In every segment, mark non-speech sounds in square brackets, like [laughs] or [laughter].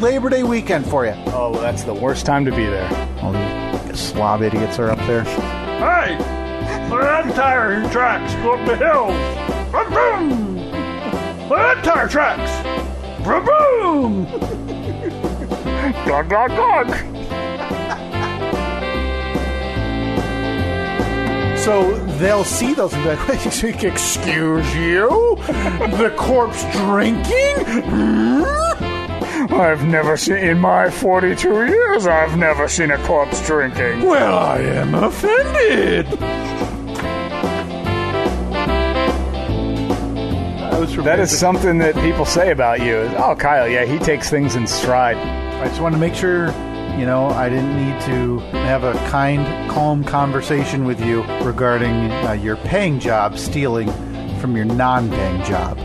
Labor Day weekend for you. Oh, well, that's the worst time to be there. All the slob idiots are up there. Hey, flat tire tracks go up the hills. Vroom, vroom. Flat tire tracks. Vroom, vroom. Dog, dog, dog. So they'll see those and be like, [laughs] "Wait, excuse you? the corpse drinking? Hmm? I've never seen, in my 42 years, I've never seen a corpse drinking. Well, I am offended. That is something that people say about you. is, Oh, Kyle, yeah, he takes things in stride. I just wanted to make sure, you know, I didn't need to have a kind, calm conversation with you regarding uh, your paying job stealing from your non paying job.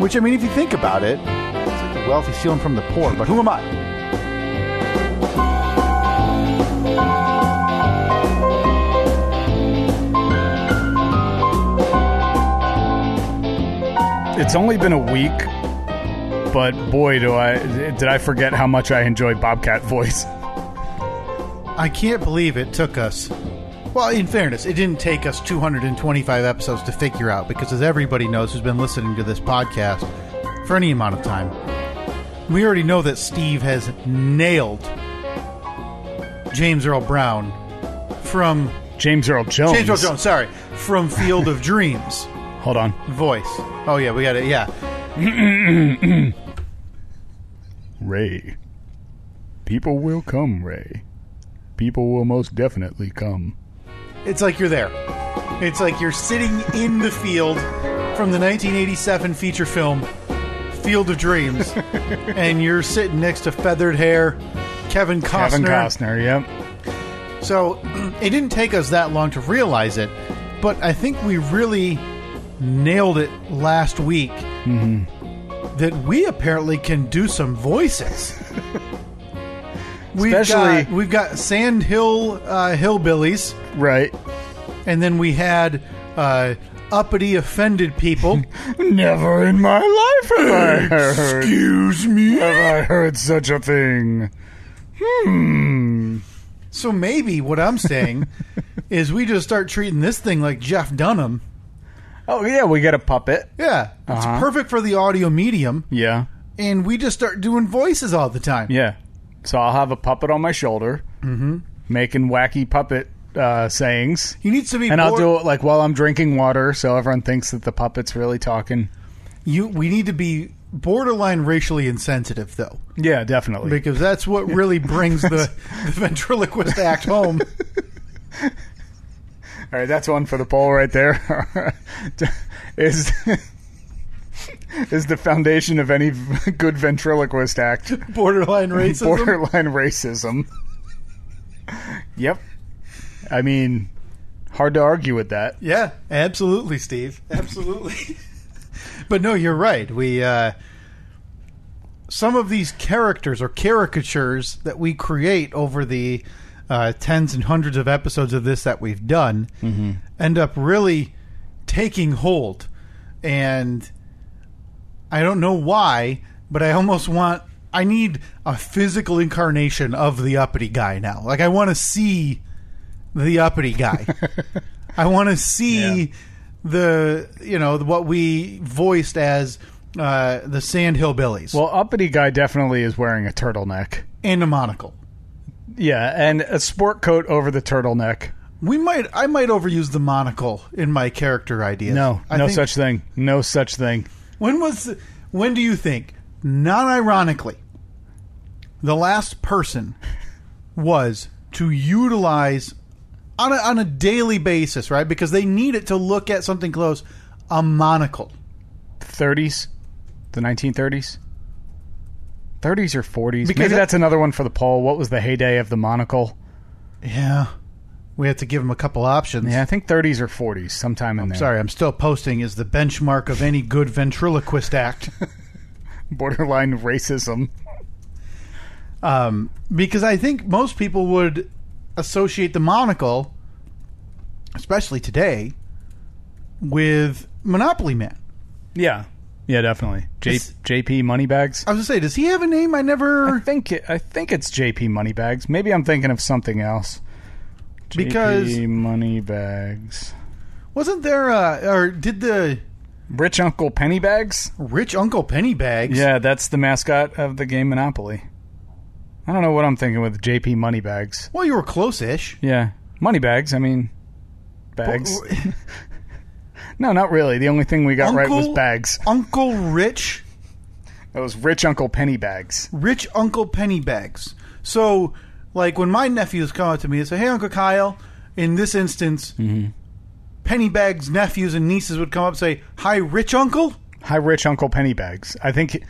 Which, I mean, if you think about it, it's like the wealthy stealing from the poor, but who am I? It's only been a week, but boy, do I did I forget how much I enjoy Bobcat voice. [laughs] I can't believe it took us. Well, in fairness, it didn't take us 225 episodes to figure out because, as everybody knows who's been listening to this podcast for any amount of time, we already know that Steve has nailed James Earl Brown from James Earl Jones. James Earl Jones. Sorry, from Field of Dreams Hold on. voice. Oh yeah, we got it. Yeah, Ray. People will come, Ray. People will most definitely come. it's like you're there. It's like you're sitting in the field from the 1987 feature film Field of [laughs] Dreams, and you're sitting next to feathered hair Kevin Costner. Kevin Costner, yep. So it didn't take us that long to realize it, but I think we really nailed it last week Mm-hmm. that we apparently can do some [laughs] voices. We've Especially- got, we've got Sand Hill uh, Hillbillies, Right. and then we had uh, uppity offended [laughs] people. Never in my life have I heard. Excuse me? Have I heard such a thing? Hmm. so maybe what I'm [laughs] saying is we just start treating this thing like Jeff Dunham. Oh yeah, we got a puppet. Yeah, it's Uh-huh. perfect for the audio medium, Yeah, and we just start doing voices all the time. yeah. So I'll have a puppet on my shoulder, mm-hmm. making wacky puppet uh, sayings, He needs to be. and I'll more- do it like while I'm drinking water, so everyone thinks that the puppet's really talking. You, we need to be borderline racially insensitive, though, Yeah, definitely. because that's what really brings [laughs] the, the ventriloquist act home. All right, that's one for the poll right there. [laughs] is is the foundation of any good ventriloquist act Borderline racism. borderline racism? yep. I mean, hard to argue with that. Yeah, absolutely, Steve. Absolutely. but no, you're right. We uh, some of these characters or caricatures that we create over the uh, tens and hundreds of episodes of this that we've done end up really taking hold, and I don't know why, but I almost want. I need a physical incarnation of the uppity guy now. Like I want to see the uppity guy. I want to see Yeah. the you know what we voiced as uh, the Sand Hillbillies Well, uppity guy definitely is wearing a turtleneck. and a monocle. Yeah, and a sport coat over the turtleneck. We might I might overuse the monocle in my character ideas. No, I no think- such thing. No such thing. When was when do you think? Not ironically, the last person was to utilize on a, on a daily basis, right? Because they need it to look at something close. A monocle. 30s, the 1930s, 30s or 40s. Because Maybe that- that's another one for the poll. What was the heyday of the monocle? Yeah, we have to give them a couple options. Yeah, I think 30s or 40s, sometime in there. Sorry, I'm still posting is the benchmark of any good ventriloquist act. [laughs] [laughs] borderline racism. Um, because I think most people would associate the monocle, especially today, with Monopoly Man. Yeah, Yeah, definitely. J- It's- JP Moneybags. I was gonna say, does he have a name? I I never think it, I think it's JP Moneybags. Maybe I'm thinking of something else. Because- JP Moneybags. [laughs] wasn't there. Uh, or did the Rich Uncle Pennybags? rich Uncle Pennybags? Yeah, that's the mascot of the game Monopoly. I don't know what I'm thinking with JP Moneybags. Well, you were close-ish. Yeah, Moneybags. I mean, bags. No, not really. The only thing we got right was Uncle- bags. [laughs] Uncle Rich, That was Rich Uncle Pennybags. rich Uncle Pennybags. So, like when my nephews come up to me and say, "Hey, Uncle Kyle," in this instance, Pennybags' nephews and nieces would come up and say, "Hi, Rich Uncle." Hi, Rich Uncle Pennybags. I think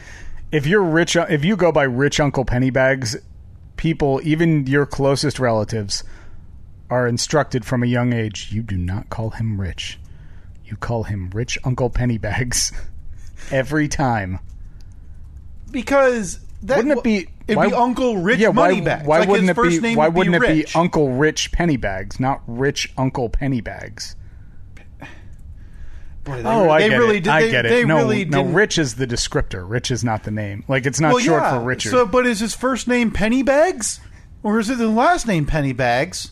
if you're rich, if you go by Rich Uncle Pennybags, people, even your closest relatives, are instructed from a young age. You do not call him rich. You call him Rich Uncle Pennybags [laughs] every time. Because that Wouldn't it be? It'd why- be Uncle Rich yeah, why, Moneybags. Why Like, his wouldn't it first be? name why would be wouldn't it Rich. be Uncle Rich Pennybags, not Rich Uncle Pennybags? Boy, they, Oh, I they get really it. Did, I they, get it. They no, really no. didn't- Rich is the descriptor. Rich is not the name. Like it's not well, short yeah. for Richard. So, but is his first name Pennybags, or is it the last name Pennybags?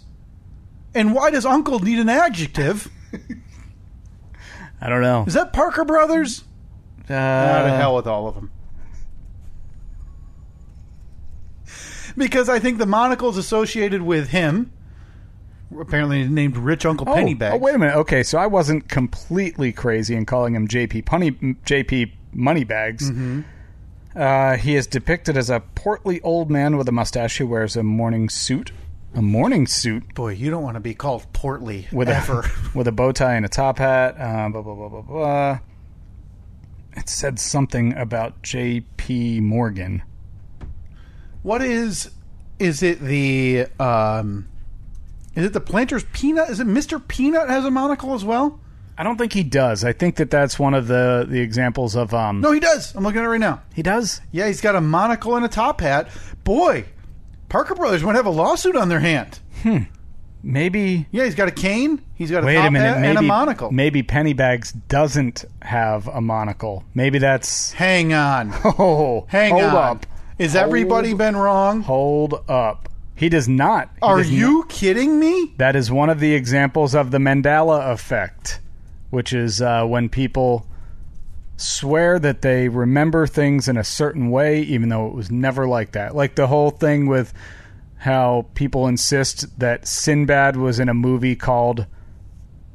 And why does Uncle need an adjective? I don't know. Is that Parker Brothers? Uh, Out of hell with all of them. Because I think the monocle's associated with him. Apparently named Rich Uncle Oh, Pennybags. Oh, wait a minute. Okay, so I wasn't completely crazy in calling him JP Punny, JP Moneybags. Uh, he is depicted as a portly old man with a mustache who wears a morning suit. A morning suit Boy, you don't want to be called portly with ever. [laughs] a [laughs] with a bow tie and a top hat. Uh, blah blah blah blah blah. It said something about J.P. Morgan. What is is it the um is it the planter's peanut? Is it Mr. Peanut has a monocle as well? I don't think he does. I think that that's one of the the examples of um. No, he does. I'm looking at it right now. he does. Yeah, he's got a monocle and a top hat. Boy, Parker Brothers might have a lawsuit on their hand. Maybe. Yeah, he's got a cane, he's got a Wait top a minute. hat Maybe and a monocle. Maybe Pennybags doesn't have a monocle. Maybe that's. [laughs] Hang on. Oh, Hang hold on. up. Is everybody Hold- been wrong? Hold up. He does not. He Are does not- you kidding me? That is one of the examples of the Mandela effect, which is uh, when people swear that they remember things in a certain way, even though it was never like that. Like the whole thing with how people insist that Sinbad was in a movie called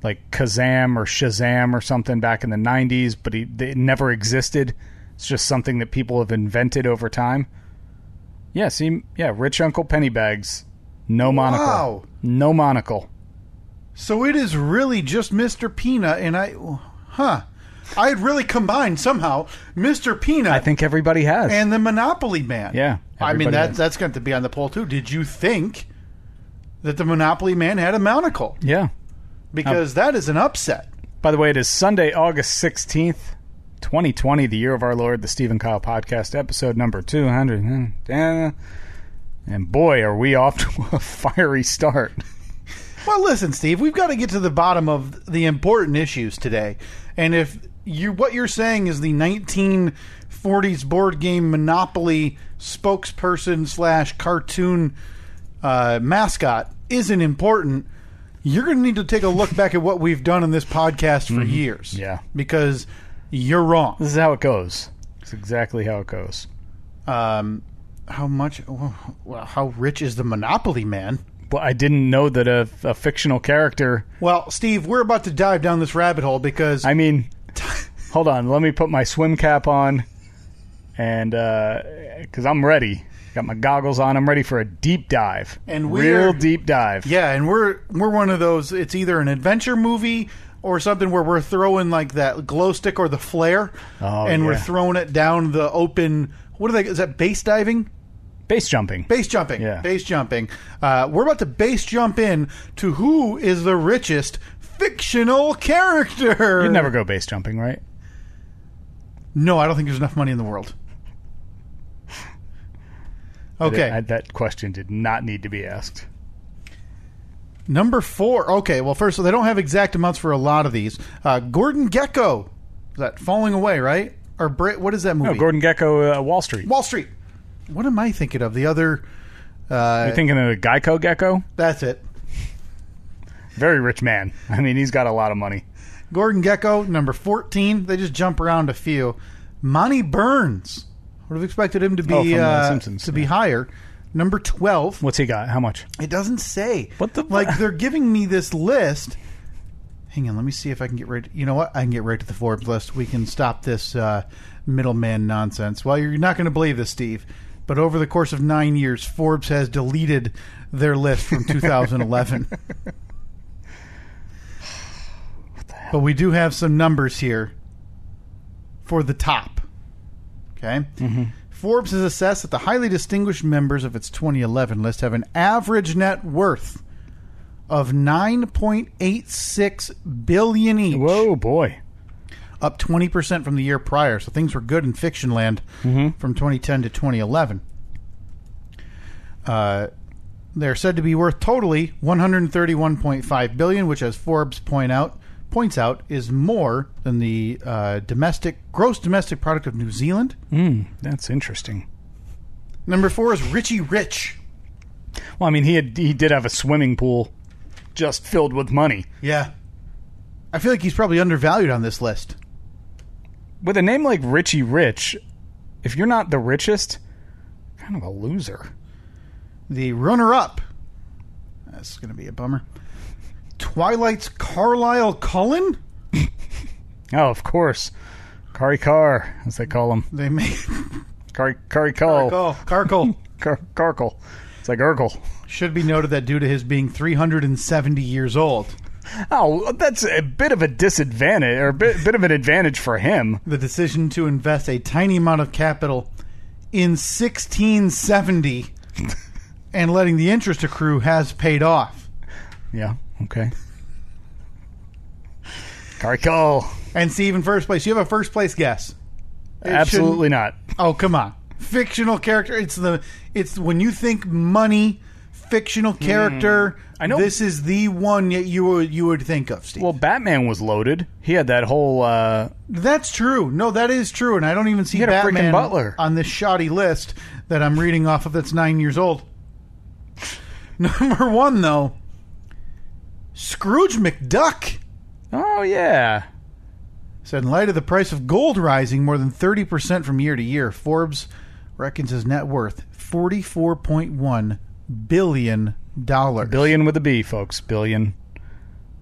like Kazam or Shazam or something back in the 90s, but he, it never existed. It's just something that people have invented over time. Yeah, see, yeah, Rich Uncle Pennybags, no monocle. Wow. No monocle. So it is really just Mr. Peanut and I huh. I had really combined somehow Mr. Peanut I think everybody has. and the Monopoly Man. yeah. I mean everybody that has. that's going to be on the poll too. Did you think that the Monopoly Man had a monocle? Yeah. Because Um, that is an upset. By the way, it is Sunday, August 16th, 2020, the year of our Lord, the Stephen Kyle podcast, episode number 200. And boy, are we off to a [laughs] fiery start. Well, listen, Steve, we've got to get to the bottom of the important issues today. And if you what you're saying is the 1940s board game Monopoly spokesperson slash cartoon uh, mascot isn't important, you're going to need to take a look back at what we've done on this podcast for years. Yeah. because you're wrong. This is how it goes. It's exactly how it goes. Um, how much? Well, how rich is the Monopoly man? Well, I didn't know that a, a fictional character. Well, Steve, we're about to dive down this rabbit hole because I mean, hold on. Let me put my swim cap on, and because I'm ready. Got my goggles on. I'm ready for a deep dive. And real we're- deep dive. Yeah, and we're we're one of those. It's either an adventure movie or something where we're throwing like that glow stick or the flare, Oh, and we're yeah. throwing it down the open. What are they? Is that base diving? Base jumping. Base jumping. Yeah. Base jumping. Uh, we're about to base jump in to who is the richest fictional character. You'd never go base jumping, right? No, I don't think there's enough money in the world. Okay. That, that question did not need to be asked. Number four. Okay, well, first, so they don't have exact amounts for a lot of these. Uh, Gordon Gecko. Is that falling away, right? or Brit. What is that movie? No, Gordon Gecko, uh, Wall Street. Wall Street. What am I thinking of? The other. Uh, You're thinking of the Geico Gecko? that's it. Very rich man. I mean, he's got a lot of money. Gordon Gecko, number fourteen. They just jump around a few. Monty Burns. Would have expected him to be Oh, from, uh, uh, Simpsons, to be higher. Number twelve. What's he got? How much? It doesn't say. What the- Like they're giving me this list. Hang on, let me see if I can get right. You know what? I can get right to the Forbes list. We can stop this uh, middleman nonsense. Well, you're not going to believe this, Steve. But over the course of nine years, Forbes has deleted their list from [laughs] 2011. but we do have some numbers here for the top. Okay. Forbes has assessed that the highly distinguished members of its 2011 list have an average net worth of 9.86 billion each, Whoa, boy. up 20% from the year prior. So things were good in fiction land from 2010 to 2011. Uh, they're said to be worth totally 131.5 billion, which, as Forbes point out, points out is more than the uh, domestic gross domestic product of New Zealand. Mm, that's interesting. Number four is Richie Rich. Well, I mean, he had, he did have a swimming pool just filled with money. Yeah. I feel like he's probably undervalued on this list. With a name like Richie Rich, if you're not the richest, kind of a loser. The runner up. That's going to be a bummer. Twilight's Carlisle Cullen? Oh, of course. Kari Car, as they call him. They made. Kari, Kari Cole. Oh, Carkle. Car, Carkle. It's like Urkel. Should be noted that due to his being 370 years old, Oh, that's a bit of a disadvantage, or a bit, bit of an advantage for him. the decision to invest a tiny amount of capital in 1670 and letting the interest accrue has paid off. Yeah, okay. Kari Cole. And Steve, in first place, you have a first place guess. It shouldn't- Absolutely not. Oh come on, fictional character. It's the it's when you think money, fictional character. Hmm. I know- this is the one that you would you would think of, Steve. Well, Batman was loaded. He had that whole. Uh, That's true. No, that is true, and I don't even see had a freaking Batman butler. on this shoddy list that I'm reading off of. That's nine years old. [laughs] Number one, though, Scrooge McDuck. oh yeah, Said in light of the price of gold rising more than 30% from year to year, Forbes reckons his net worth $44.1 billion. billion with a B, folks. Billion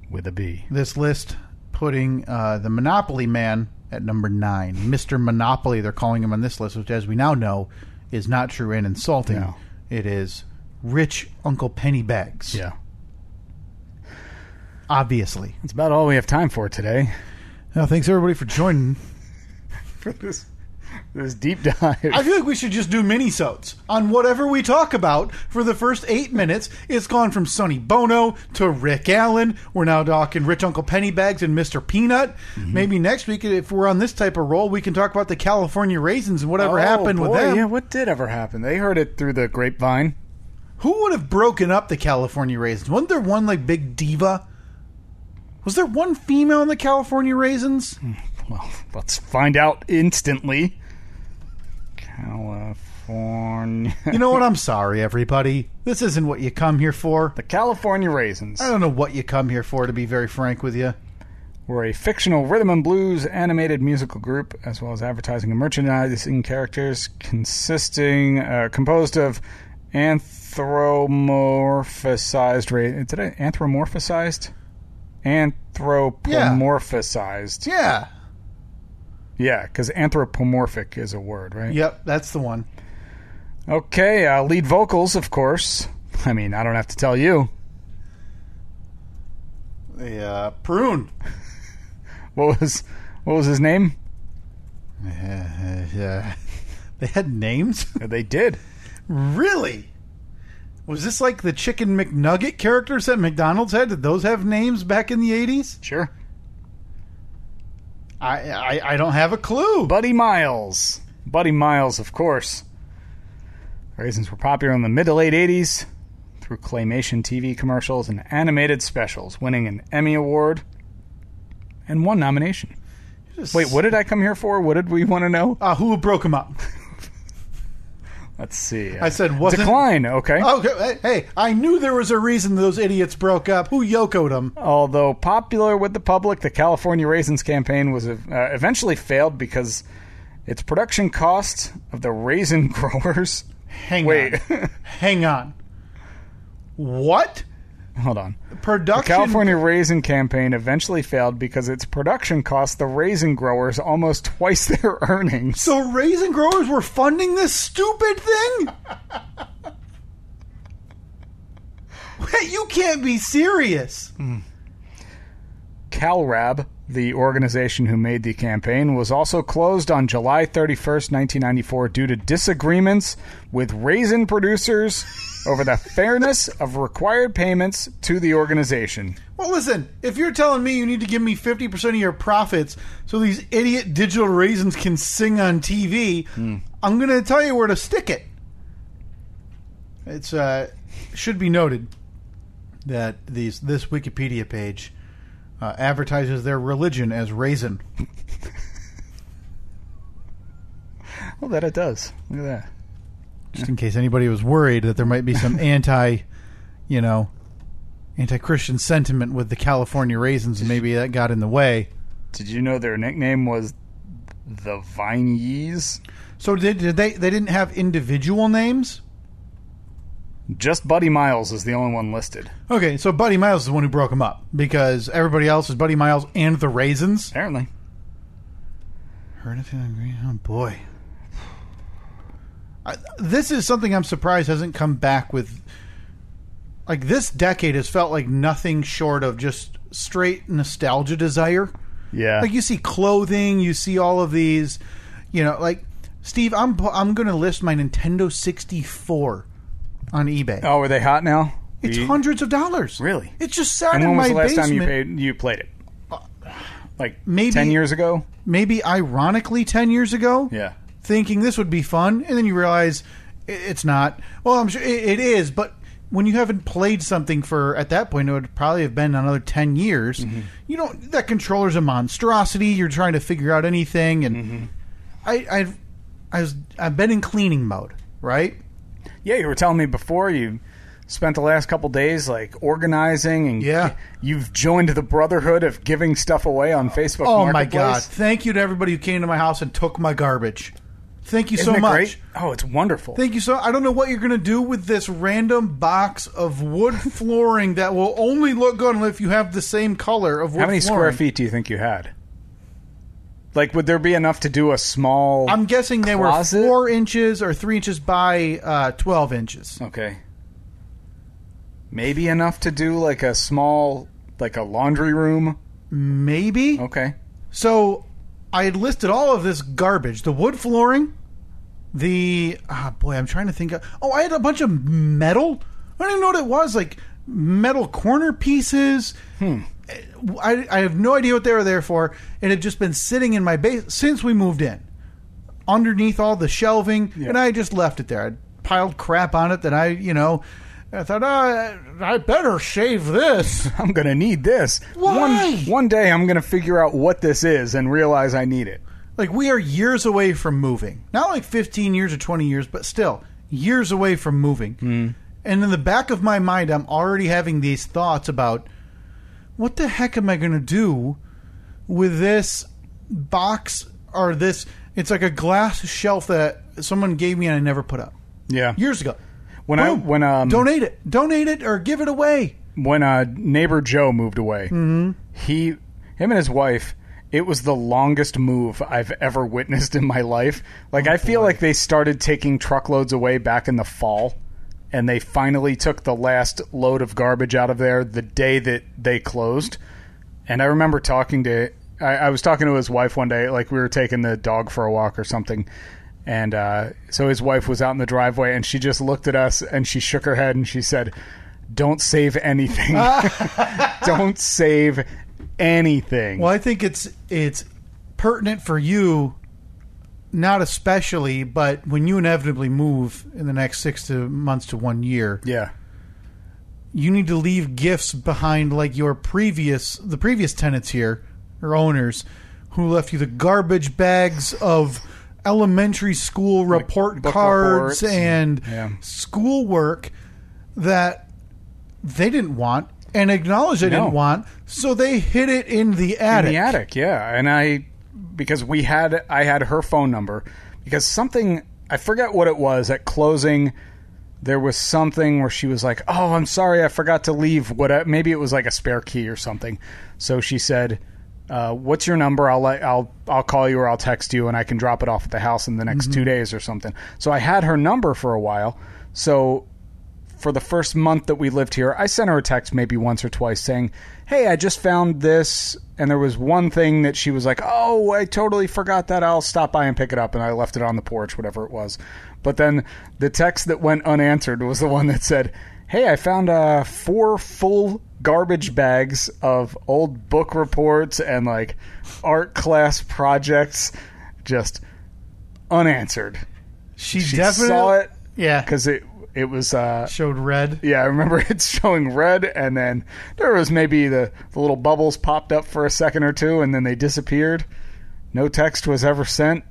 with a B. This list putting uh, the Monopoly Man at number nine. Mr. Monopoly, they're calling him on this list, which, as we now know, is not true and insulting. No. It is rich Uncle Pennybags, Yeah, obviously. that's about all we have time [laughs] for today. Now, thanks everybody for joining. For this, this deep dive. I feel like we should just do mini-sodes on whatever we talk about for the first eight minutes. It's gone from Sonny Bono to Rick Allen. We're now talking Rich Uncle Pennybags and Mr. Peanut. Mm-hmm. Maybe next week, if we're on this type of roll, we can talk about the California raisins and whatever Oh, happened with boy, them. Yeah, what did ever happen? They heard it through the grapevine. Who would have broken up the California raisins? Wasn't there one like big diva? Was there one female in the California raisins? Well, [laughs] let's find out instantly. California. [laughs] You know what? I'm sorry, everybody. This isn't what you come here for. The California Raisins. I don't know what you come here for, to be very frank with you. We're a fictional rhythm and blues animated musical group, as well as advertising and merchandising characters, consisting uh, composed of anthropomorphized. Ra- did I anthropomorphized? Anthropomorphized. Yeah. Yeah, because anthropomorphic is a word, right? Yep, that's the one. Okay. Uh, lead vocals, of course. I mean, I don't have to tell you. The uh, prune. What was what was his name? [laughs] Yeah. They had names? [laughs] They did. really? Was this like the Chicken McNugget characters that McDonald's had? Did those have names back in the 80s? Sure. I, I, I don't have a clue. Buddy Miles. Buddy Miles, of course. Raisins were popular in the mid to late 80s through claymation TV commercials and animated specials, winning an Emmy Award and one nomination. Wait, what did I come here for? What did we want to know? Uh, who broke him up? Let's see. I said, [laughs] wasn't- Oh. decline. Okay. Okay, hey, I knew there was a reason those idiots broke up. Who yokoed them? Although popular with the public, the California Raisins campaign was uh, eventually failed because its production cost of the raisin [laughs] growers. Hang Wait, on. Hang on. What? [laughs] hold on. Production. California raisin campaign eventually failed because its production cost the raisin growers almost twice [laughs] their earnings. So raisin growers were funding this stupid thing? [laughs] Wait, you can't be serious. CalRab, the organization who made the campaign, was also closed on July 31st, 1994, due to disagreements with raisin producers over the fairness of required payments to the organization. Well, listen, if you're telling me you need to give me 50% of your profits so these idiot digital raisins can sing on TV, I'm going to tell you where to stick it. It's uh should be noted that these this Wikipedia page uh, advertises their religion as raisin. Well, Oh, that it does. Look at that. just in case anybody was worried that there might be some anti, you know, anti-Christian sentiment with the California raisins, and maybe that got in the way. Did you know their nickname was the Vine Yees? So did, did they? They didn't have individual names. Just Buddy Miles is the only one listed. Okay, so Buddy Miles is the one who broke them up because everybody else is Buddy Miles and the Raisins. Apparently. Heard of him? agree- Oh boy, I, this is something I'm surprised hasn't come back with. Like this decade has felt like nothing short of just straight nostalgia desire. Yeah. like you see clothing, you see all of these, you know, like Steve, I'm pu- I'm going to list my Nintendo 64 on eBay. oh, are they hot now? it's We- hundreds of dollars. Really? It just sat And in when my was the last basement. Uh, time you paid you played it? Like Maybe- ten years ago? Maybe ironically 10 years ago, Yeah. thinking this would be fun, and then you realize i- it's not. Well, I'm sure i- it is, but when you haven't played something for at that point it would probably have been another 10 years Mm-hmm. you don't that controller's a monstrosity you're trying to figure out anything and Mm-hmm. I, I've, I was, I've been in cleaning mode, right? Yeah, you were telling me before you spent the last couple days like organizing and Yeah. you've joined the brotherhood of giving stuff away on Facebook Oh my God. Marketplace. Thank you to everybody who came to my house and took my garbage. Thank you Isn't so it much. great? Oh, it's wonderful. Thank you so I don't know what you're going to do with this random box of wood flooring that will only look good if you have the same color of wood How many square flooring. feet do you think you had? Like would there be enough to do a small I'm guessing they Closet? were four inches or three inches by uh, 12 inches. Okay. Maybe enough to do like a small like a laundry room. Maybe. Okay. So I had listed all of this garbage: the wood flooring, the ah boy, I'm trying to think. Of, oh, I had a bunch of metal. I don't even know what it was. Like metal corner pieces. Hmm. I, I have no idea what they were there for. It had just been sitting in my base since we moved in, underneath all the shelving, and I just left it there. I piled crap on it that I, you know, I thought, ah, I better shave this. I'm gonna need this. Why? One, one day I'm gonna figure out what this is and realize I need it. like we are years away from moving not like 15 years or 20 years but still years away from moving mm. and in the back of my mind i'm already having these thoughts about what the heck am i going to do with this box or this it's like a glass shelf that someone gave me and i never put up Yeah. years ago when I Boom. when um donate it donate it or give it away when uh neighbor Joe moved away, Hmm. he him and his wife. It was the longest move I've ever witnessed in my life. Like I feel like they started taking truckloads away back in the fall, and they finally took the last load of garbage out of there the day that they closed. And I remember talking to I, I was talking to his wife one day, like we were taking the dog for a walk or something. And uh, so his wife was out in the driveway, and she just looked at us and she shook her head and she said, "Don't save anything. Don't save anything." Well, I think it's it's pertinent for you, not especially, but when you inevitably move in the next six to months to one year, Yeah, you need to leave gifts behind, like your previous the previous tenants here or owners who left you the garbage bags of elementary school report book cards reports and and- yeah. schoolwork that they didn't want and acknowledged they No. didn't want, so they hid it in the attic. in the attic yeah and i because we had i had her phone number because something i forget what it was at closing there was something where she was like oh i'm sorry i forgot to leave what I, maybe it was like a spare key or something so she said uh, what's your number? I'll let, I'll I'll call you or I'll text you and I can drop it off at the house in the next two days or something. So I had her number for a while. So for the first month that we lived here, I sent her a text maybe once or twice saying, Hey, I just found this. And there was one thing that she was like, Oh, I totally forgot that. I'll stop by and pick it up. And I left it on the porch, whatever it was. But then the text that went unanswered was the [laughs] one that said, Hey, I found uh, four full garbage bags of old book reports and like art class projects just unanswered. She, She definitely saw it Yeah. because it, it was. Uh, Showed red. yeah, I remember [laughs] it's showing red, and then there was maybe the, the little bubbles popped up for a second or two, and then they disappeared. No text was ever sent.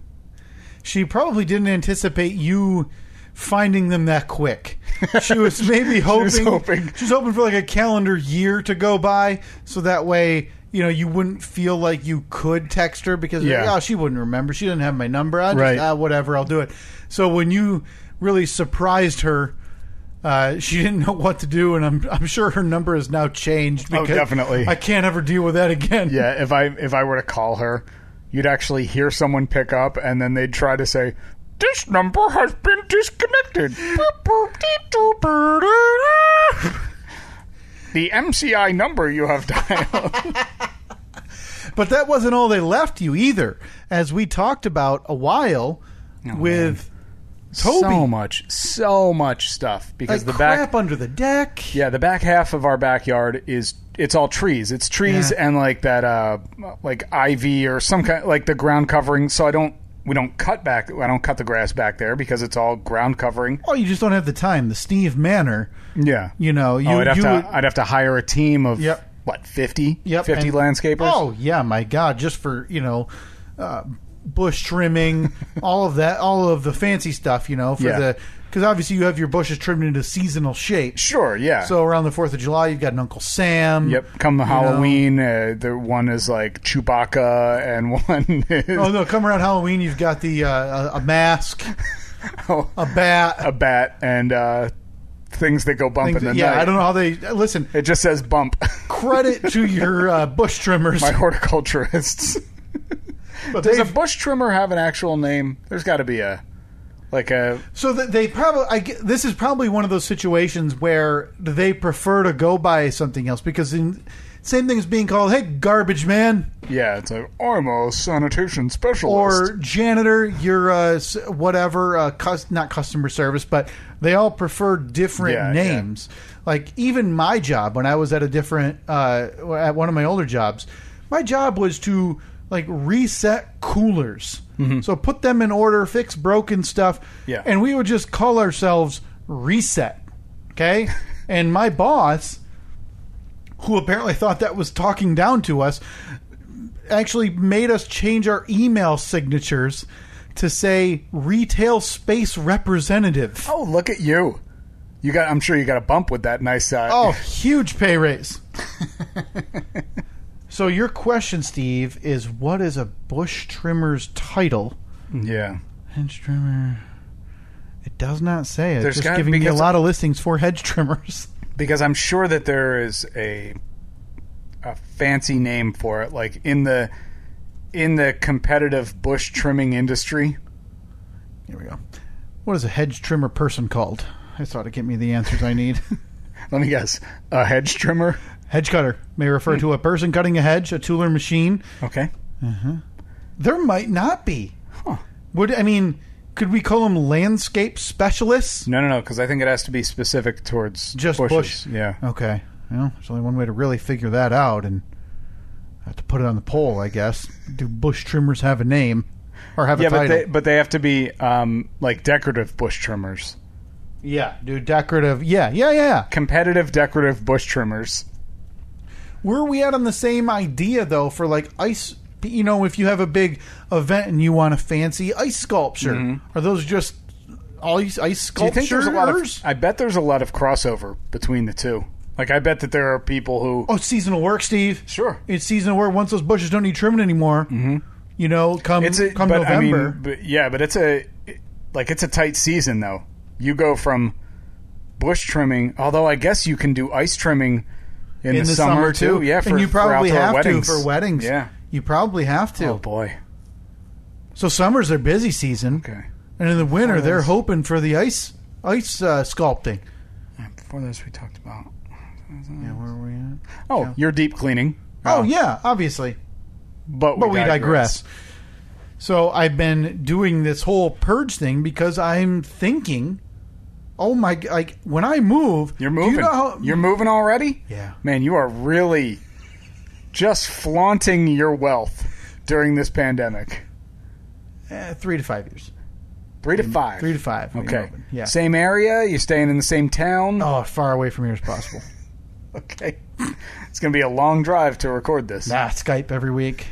she probably didn't anticipate you finding them that quick. She [laughs] was maybe hoping, was hoping. she was hoping for like a calendar year to go by, so that way you know you wouldn't feel like you could text her because Yeah. oh she wouldn't remember she didn't have my number I just Right. ah, whatever I'll do it. So when you really surprised her. Uh, she didn't know what to do, and I'm I'm sure her number has now changed. Oh, Because definitely. I can't ever deal with that again. Yeah, if I if I were to call her, you'd actually hear someone pick up, and then they'd try to say, "This number has been disconnected." [laughs] Boop, boop, dee, doo, boo, doo, doo. the MCI number you have dialed. But that wasn't all they left you either, as we talked about a while Oh, with Toby. [laughs] So much, so much stuff because like the back crap under the deck. Yeah, the back half of our backyard is it's all trees. It's trees Yeah. and like that uh like ivy or some kind like the ground covering so I don't we don't cut back I don't cut the grass back there because it's all ground covering. Oh, you just don't have the time. The Steve Manor, Yeah. you know, you oh, I'd have you to would- I'd have to hire a team of Yep. what, 50? Yep, 50 and- landscapers? Oh yeah, my God! Just for you know, uh, bush [laughs] trimming, all of that, all of the fancy stuff, you know, for Yeah. the because obviously you have your bushes trimmed into seasonal shape. Sure, yeah. So around the Fourth of July, you've got an Uncle Sam. Yep. Come Halloween, uh, the one is like Chewbacca, and [laughs] one is Oh no! Come around Halloween, you've got the uh, a, a mask, a [laughs] bat, a bat, and uh, things that go bump in the yeah, night. I don't know how they listen. It just says bump. [laughs] Credit to your uh, bush trimmers, my horticulturists. but Does a they've- bush trimmer have an actual name? There's got to be a like a so that they probably. I, ge- this is probably one of those situations where they prefer to go by something else because in, same thing as being called "Hey, garbage man" yeah. It's a I'm a sanitation specialist. or "janitor," "you're uh, s- whatever," uh, cus- not customer service, but they all prefer different Yeah, yeah. names. Like even my job when I was at a different uh, at one of my older jobs, my job was to like reset coolers. So put them in order, fix broken stuff. Mm-hmm. Yeah. And we would just call ourselves reset. [laughs] Okay? and my boss, who apparently thought that was talking down to us, actually made us change our email signatures to say retail space representative. oh, look at you! You got. I'm sure you got a bump with that nice. Uh, Oh, huge pay raise. so your question, Steve, is what is a bush trimmer's title? yeah. Hedge trimmer. It does not say it. There's just gotta- giving me a because- lot of listings for hedge trimmers. Because I'm sure that there is a a fancy name for it, like in the in the competitive bush trimming industry. Here we go. What is a hedge trimmer person called? I thought it gave me the answers I need. Let me guess, a hedge trimmer. hedge cutter may refer Hmm. to a person cutting a hedge, a tool or machine. Okay. There might not be. Huh. Would I mean? Could we call them landscape specialists? No, no, no, because I think it has to be specific towards Just bushes. bush. Yeah. Okay. Well, there's only one way to really figure that out, and I have to put it on the poll, I guess. Do bush trimmers have a name or have yeah, a title? but they but they have to be um, like decorative bush trimmers, Yeah, do decorative. Yeah, yeah, yeah. competitive decorative bush trimmers. Were we at on the same idea though for like ice you know, if you have a big event and you want a fancy ice sculpture, are those just all ice ice Mm-hmm. Do you sculptures? think there's a lot of? I bet there's a lot of crossover between the two. Like I bet that there are people who oh, it's seasonal work, Steve. sure It's seasonal work. Once those bushes don't need trimming anymore, you know, come Mm-hmm. it's a come but, I mean, November. but- yeah, but it's a like it's a tight season though. You go from bush trimming, although I guess you can do ice trimming in, in the, summer, too. Yeah, for and you for probably outdoor have weddings. to for weddings. Yeah. you probably have to. Oh boy. So summer's their busy season, Okay. and in the winter Oh, they're that's- hoping for the ice ice uh, sculpting. Before this, we talked about. Yeah, where were we at? Oh, Yeah. your deep cleaning. Uh, Oh yeah, obviously, but we but we digress. digress. So I've been doing this whole purge thing because I'm thinking, oh my, g- like when I move, You're do moving. You know how, You're moving already. yeah. Man, you are really just flaunting your wealth during this pandemic. Eh, three to five years. Three to five. Three to five. we Okay. moving. Yeah. Same area. You're staying in the same town. Oh, as far away from here as possible. [laughs] Okay. It's going to be a long drive to record this. [laughs] nah, Skype every week.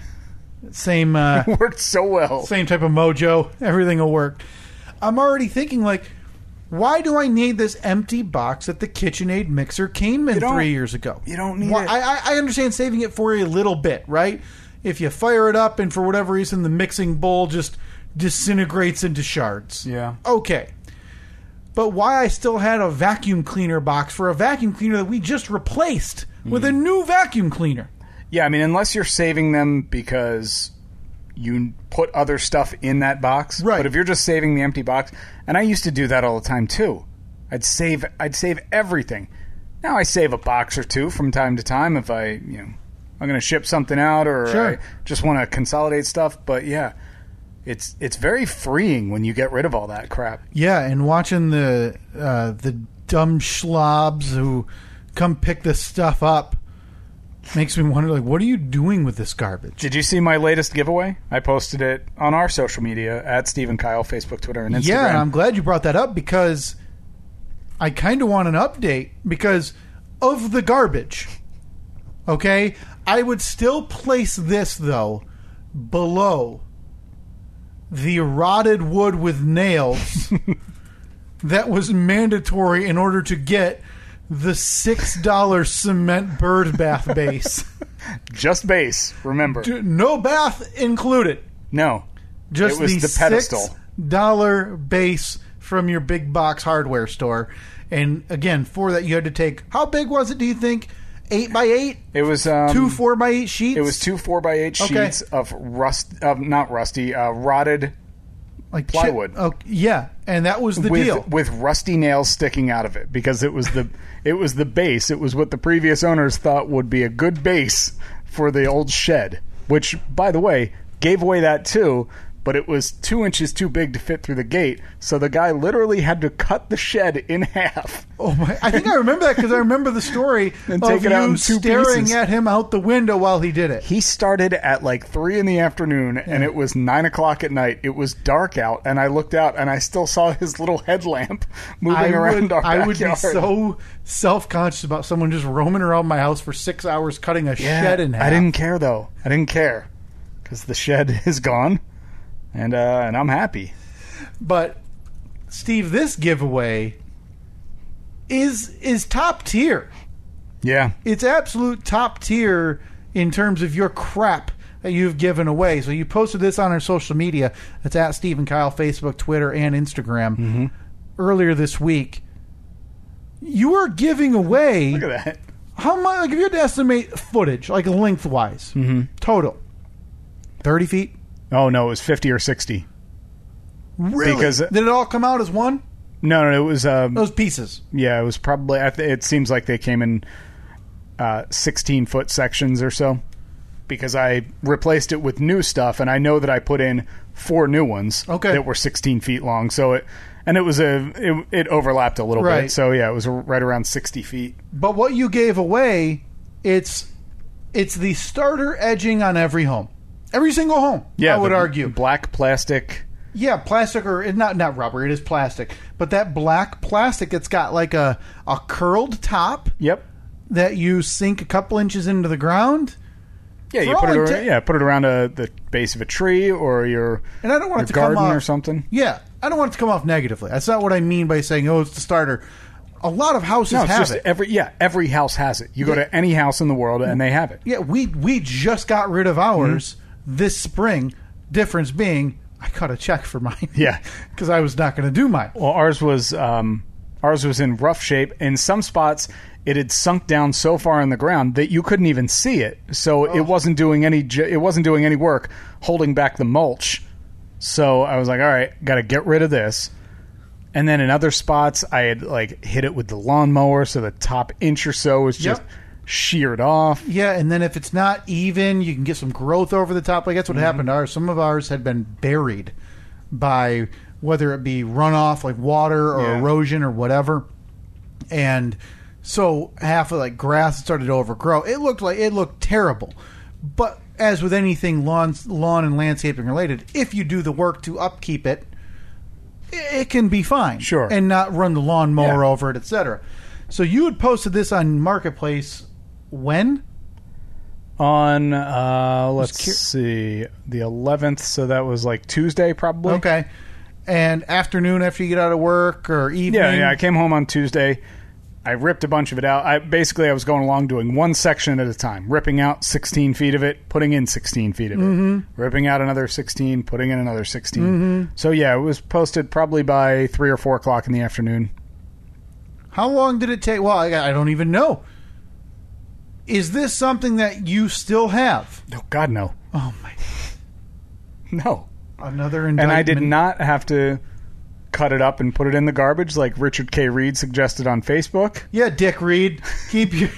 Same. Uh, [laughs] Worked so well. same type of mojo. Everything will work. I'm already thinking like, why do I need this empty box that the KitchenAid mixer came in don't- three years ago? you don't need Why- it. I, I I understand saving it for a little bit, right? If you fire it up and for whatever reason the mixing bowl just disintegrates into shards. Yeah. Okay. But why I still had a vacuum cleaner box for a vacuum cleaner that we just replaced with Hmm. a new vacuum cleaner. Yeah, I mean, unless you're saving them because you put other stuff in that box. Right. But if you're just saving the empty box, and I used to do that all the time too. I'd save I'd save everything. Now I save a box or two from time to time if I you know I'm going to ship something out or Sure. I just want to consolidate stuff. But yeah, it's it's very freeing when you get rid of all that crap. Yeah, and watching the uh, the dumb schlobs who come pick this stuff up makes me wonder, like, what are you doing with this garbage? Did you see my latest giveaway? I posted it on our social media at Stephen Kyle, Facebook, Twitter, and Instagram. Yeah, and I'm glad you brought that up because I kind of want an update because of the garbage. Okay, I would still place this though below the rotted wood with nails that was mandatory in order to get the six dollar cement bird bath base. just base. Remember, Dude, no bath included. no, Just It was the, the pedestal. six dollar base from your big box hardware store. And again, for that you had to take how big was it? Do you think eight by eight, It was um, two four by eight sheets? It was two four by eight Okay. sheets of rust, of not rusty, uh, rotted like chip- plywood. oh, yeah, and that was the with deal. [laughs] with rusty nails sticking out of it because it was the [laughs] it was the base. It was what the previous owners thought would be a good base for the old shed, which by the way gave away that too. But it was two inches too big to fit through the gate, so the guy literally had to cut the shed in [laughs] half. Oh my! I think I remember that because I remember the story [laughs] And of take it you out in two staring pieces. at him out the window while he did it. He started at like three in the afternoon, and it was nine o'clock at night. It was dark out, and I looked out, and I still saw his little headlamp [laughs] moving I around would, our I would be backyard. so self conscious about someone just roaming around my house for six hours cutting a Yeah, shed in half. I didn't care though. I didn't care because the shed [laughs] is gone, and uh, and I'm happy. But Steve, this giveaway is is top tier. Yeah, It's absolute top tier in terms of your crap that you've given away. So you posted this on our social media. It's at Steve and Kyle, Facebook, Twitter, and Instagram Mm-hmm. earlier this week. You are giving away look at that. how much? Like if you had to estimate footage, like lengthwise, Mm-hmm. total, thirty feet. Oh no, it was fifty or sixty. Really? Because- Did it all come out as one? No, no, it was. Um, Those pieces. yeah, it was probably. I th- It seems like they came in uh, sixteen foot sections or so, because I replaced it with new stuff, and I know that I put in four new ones Okay. that were sixteen feet long. So it and it was a it, it overlapped a little Right. bit. So yeah, it was right around sixty feet. But what you gave away, it's it's the starter edging on every home, every single home. Yeah, I would the argue. black plastic. Yeah, plastic or it's not not rubber. It is plastic, but that black plastic, it's got like a a curled top Yep. that you sink a couple inches into the ground, Yeah, For you all put it. inte- Around, yeah, put it around a, the base of a tree or your And I don't want your it to come garden or off- something. Yeah, I don't want it to come off negatively. That's not what I mean by saying, "Oh, it's the starter." A lot of houses No, it's have just it. Mm. every yeah every house has it. You go to any house in the world and they have it. Yeah, we we just got rid of ours this spring. Difference being, I got a check for mine. [laughs] Yeah. because I was not going to do mine. Well, ours was um, ours was in rough shape. In some spots, it had sunk down so far in the ground that you couldn't even see it. So Oh. it wasn't doing any ju- it wasn't doing any work holding back the mulch. So I was like, all right, got to get rid of this. And then in other spots, I had like hit it with the lawnmower, so the top inch or so was just Yep. sheared off. Yeah, and then if it's not even, you can get some growth over the top. Like that's what Mm-hmm. happened to ours. Some of ours had been buried by whether it be runoff, like water or Yeah. erosion or whatever. And so half of like grass started to overgrow. It looked like it looked terrible. But as with anything lawn lawn and landscaping related, if you do the work to upkeep it, i- it can be fine. Sure. And not run the lawnmower Yeah. over it, etc. So you had posted this on Marketplace when? On uh, let's cur- see, the eleventh. So that was like Tuesday, probably. Okay. And afternoon after you get out of work or evening. Yeah, yeah. I came home on Tuesday. I ripped a bunch of it out. I basically I was going along doing one section at a time, ripping out 16 feet of it, putting in 16 feet of it, ripping out another 16, putting in another 16. So yeah, it was posted probably by three or four o'clock in the afternoon. How long did it take? Well, I, I don't even know. Is this something that you still have? No, God, no, Oh my! no. Another And indictment. I did not have to cut it up and put it in the garbage like Richard K. Reed suggested on Facebook. Yeah, Dick Reed, keep [laughs] your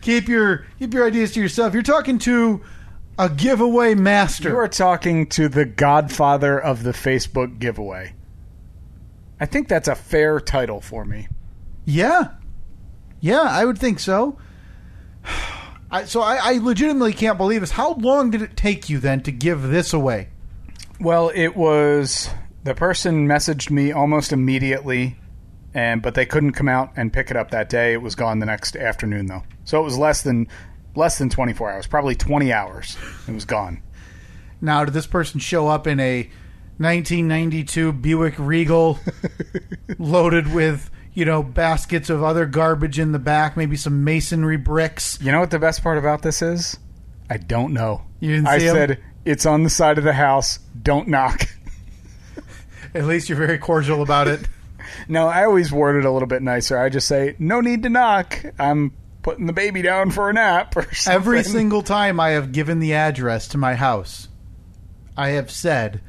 keep your keep your ideas to yourself. You're talking to a giveaway master. You are talking to the godfather of the Facebook giveaway. I think that's a fair title for me. Yeah, yeah, I would think so. [sighs] I, so I, I legitimately can't believe this. How long did it take you then to give this away? Well, it was the person messaged me almost immediately and but they couldn't come out and pick it up that day. It was gone the next afternoon though. So it was less than less than 24 hours, probably 20 hours. It was gone. Now, did this person show up in a 1992 Buick Regal loaded with, you know, baskets of other garbage in the back, maybe some masonry bricks? You know what the best part about this is? I don't know. You didn't I see 'em? said it's on the side of the house. Don't knock. [laughs] At least you're very cordial about it. No, I always word it a little bit nicer. I just say, "No need to knock. I'm putting the baby down for a nap." Or [laughs] something. Every single time I have given the address to my house, I have said,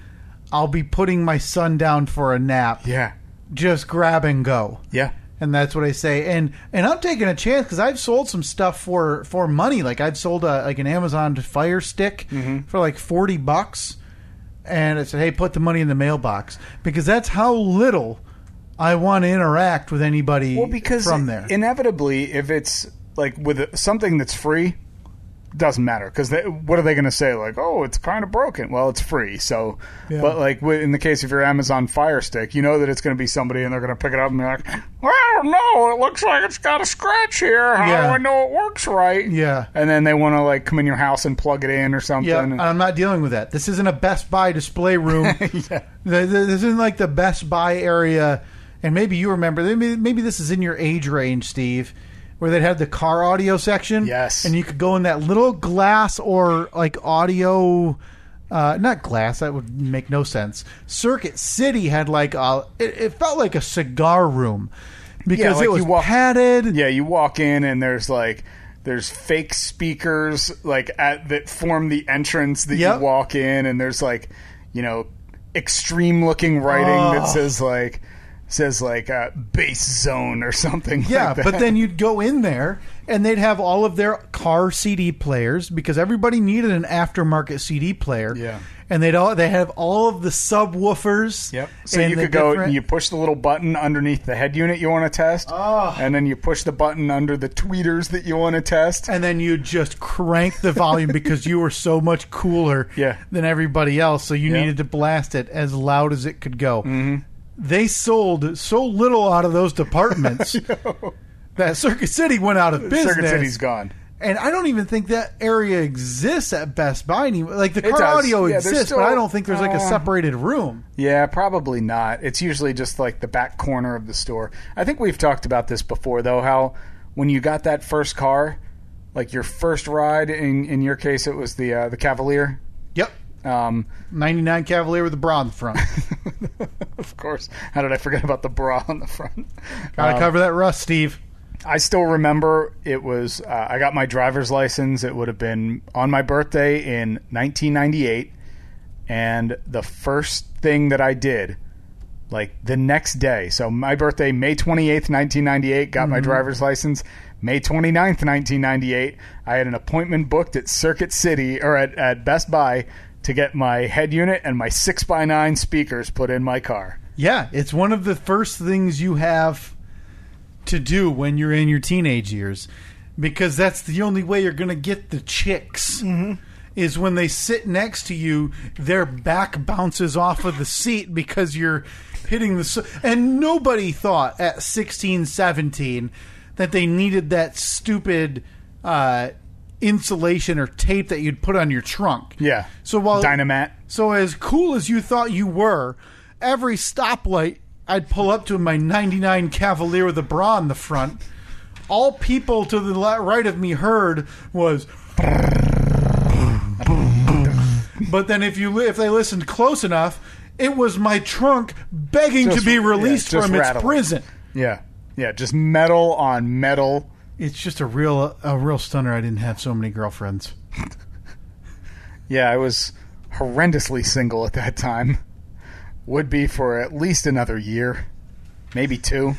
I'll be putting my son down for a nap. yeah, Just grab and go. yeah, and that's what I say. And and I'm taking a chance because I've sold some stuff for for money. Like I've sold a, like an Amazon Fire Stick Mm-hmm. for like forty bucks, and I said, hey, put the money in the mailbox because that's how little I want to interact with anybody. Well, because from there, inevitably, if it's like with something that's free, doesn't matter because what are they going to say? Like, oh, it's kind of broken. Well, it's free, so. Yeah. But like wi- in the case of your Amazon Fire Stick, you know that it's going to be somebody, and they're going to pick it up and be like, "Well, no, it looks like it's got a scratch here. How do Yeah. I know it works right?" yeah. And then they want to like come in your house and plug it in or something. Yeah, and- and I'm not dealing with that. This isn't a Best Buy display room. [laughs] Yeah. Th- th- This isn't like the Best Buy area. And maybe you remember, maybe maybe this is in your age range, Steve, where they had the car audio section. Yes. And you could go in that little glass or like audio. Uh, not glass. That would make no sense. Circuit City had like a. It, it felt like a cigar room because like it was you walk- padded. Yeah, you walk in and there's like there's fake speakers like at that form the entrance that Yep. you walk in and there's like, you know, extreme looking writing that Ugh. says like says like uh, base zone or [laughs] something. Yeah, like that. but then you'd go in there and they'd have all of their car CD players because everybody needed an aftermarket CD player. Yeah. And they'd all they have all of the subwoofers. Yep. So and you the could go different- and you push the little button underneath the head unit you want to test, Ugh. and then you push the button under the tweeters that you want to test. and then you'd just crank the volume because you were so much cooler [laughs] Yeah. than everybody else, so you Yeah. Mm-hmm. needed to blast it as loud as it could go. They sold so [laughs] little out of those departments that Circuit City went out of business. Circuit City's gone. And I don't even think that area exists at Best Buy anymore. Like the car does. audio Yeah, there's exists, still- but I don't think there's like a uh, separated room. Yeah, probably not. It's usually just like the back corner of the store. I think we've talked about this before, though, how when you got that first car, like your first ride, in, in your case, it was the uh, the Cavalier. Yep. Um, [laughs] 99 Cavalier with a bra on the front. of course, how did I forget about the bra on the front? Gotta Um, cover that rust, Steve. I still remember it was, uh, I got my driver's license. It would have been on my birthday in 1998. And the first thing that I did, like the next day, so my birthday, May 28th, 1998, got my driver's license. May 29th, 1998, I had an appointment booked at Circuit City or at, at Best Buy to get my head unit and my 6x9 speakers put in my car. Yeah, it's one of the first things you have to do when you're in your teenage years because that's the only way you're going to get the chicks. Mm-hmm. Is when they sit next to you, their back bounces off of the seat because you're hitting the. s- And nobody thought at 16, 17 that they needed that stupid uh, insulation or tape that you'd put on your trunk. Yeah. So while Dynamat. so as cool as you thought you were, every stoplight I'd pull up to in my 99 Cavalier with a bra in the front. All people to the le- right of me heard was but then if you li- if they listened close enough, it was my trunk begging Just- to be released yeah, just from its rattling. prison. Yeah. Yeah. Just metal on metal. It's just a real a real stunner I didn't have so many girlfriends. Yeah, I was horrendously single at that time. Would be for at least another year, maybe two.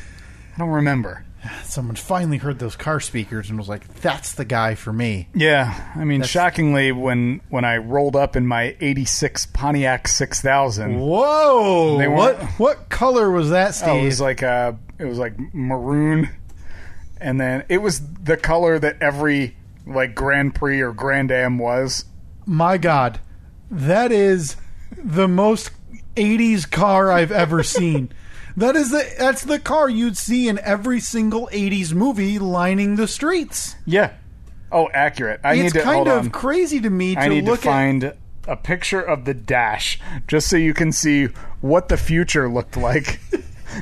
I don't remember. Someone finally heard those car speakers and was like, "That's the guy for me." Yeah, I mean, shockingly, when when I rolled up in my '86 Pontiac 6000, Whoa! They what weren't- what color was that, Steve? oh, it was like a, it was like maroon, and then it was the color that every like Grand Prix or Grand Am was. My God, that is the most '80s car I've ever [laughs] seen. That is the that's the car you'd see in every single '80s movie lining the streets. Yeah. Oh, accurate. I It's need to kind hold of on. crazy to me to I need to look at. find a picture of the dash just so you can see what the future looked like [laughs]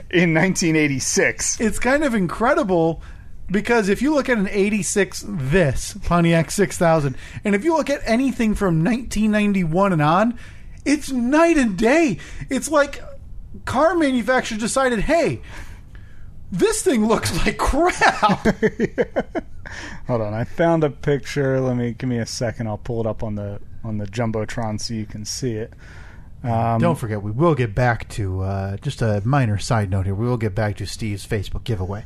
in 1986. It's kind of incredible because if you look at an '86 this Pontiac 6000, and if you look at anything from 1991 and on, it's night and day. It's like car manufacturers decided, hey, this thing looks like crap. Hold on, I found a picture. Let me give me a second. I'll pull it up on the on the jumbotron so you can see it. [laughs] Don't forget, we will get back to uh, just a minor side note here. We will get back to Steve's Facebook giveaway.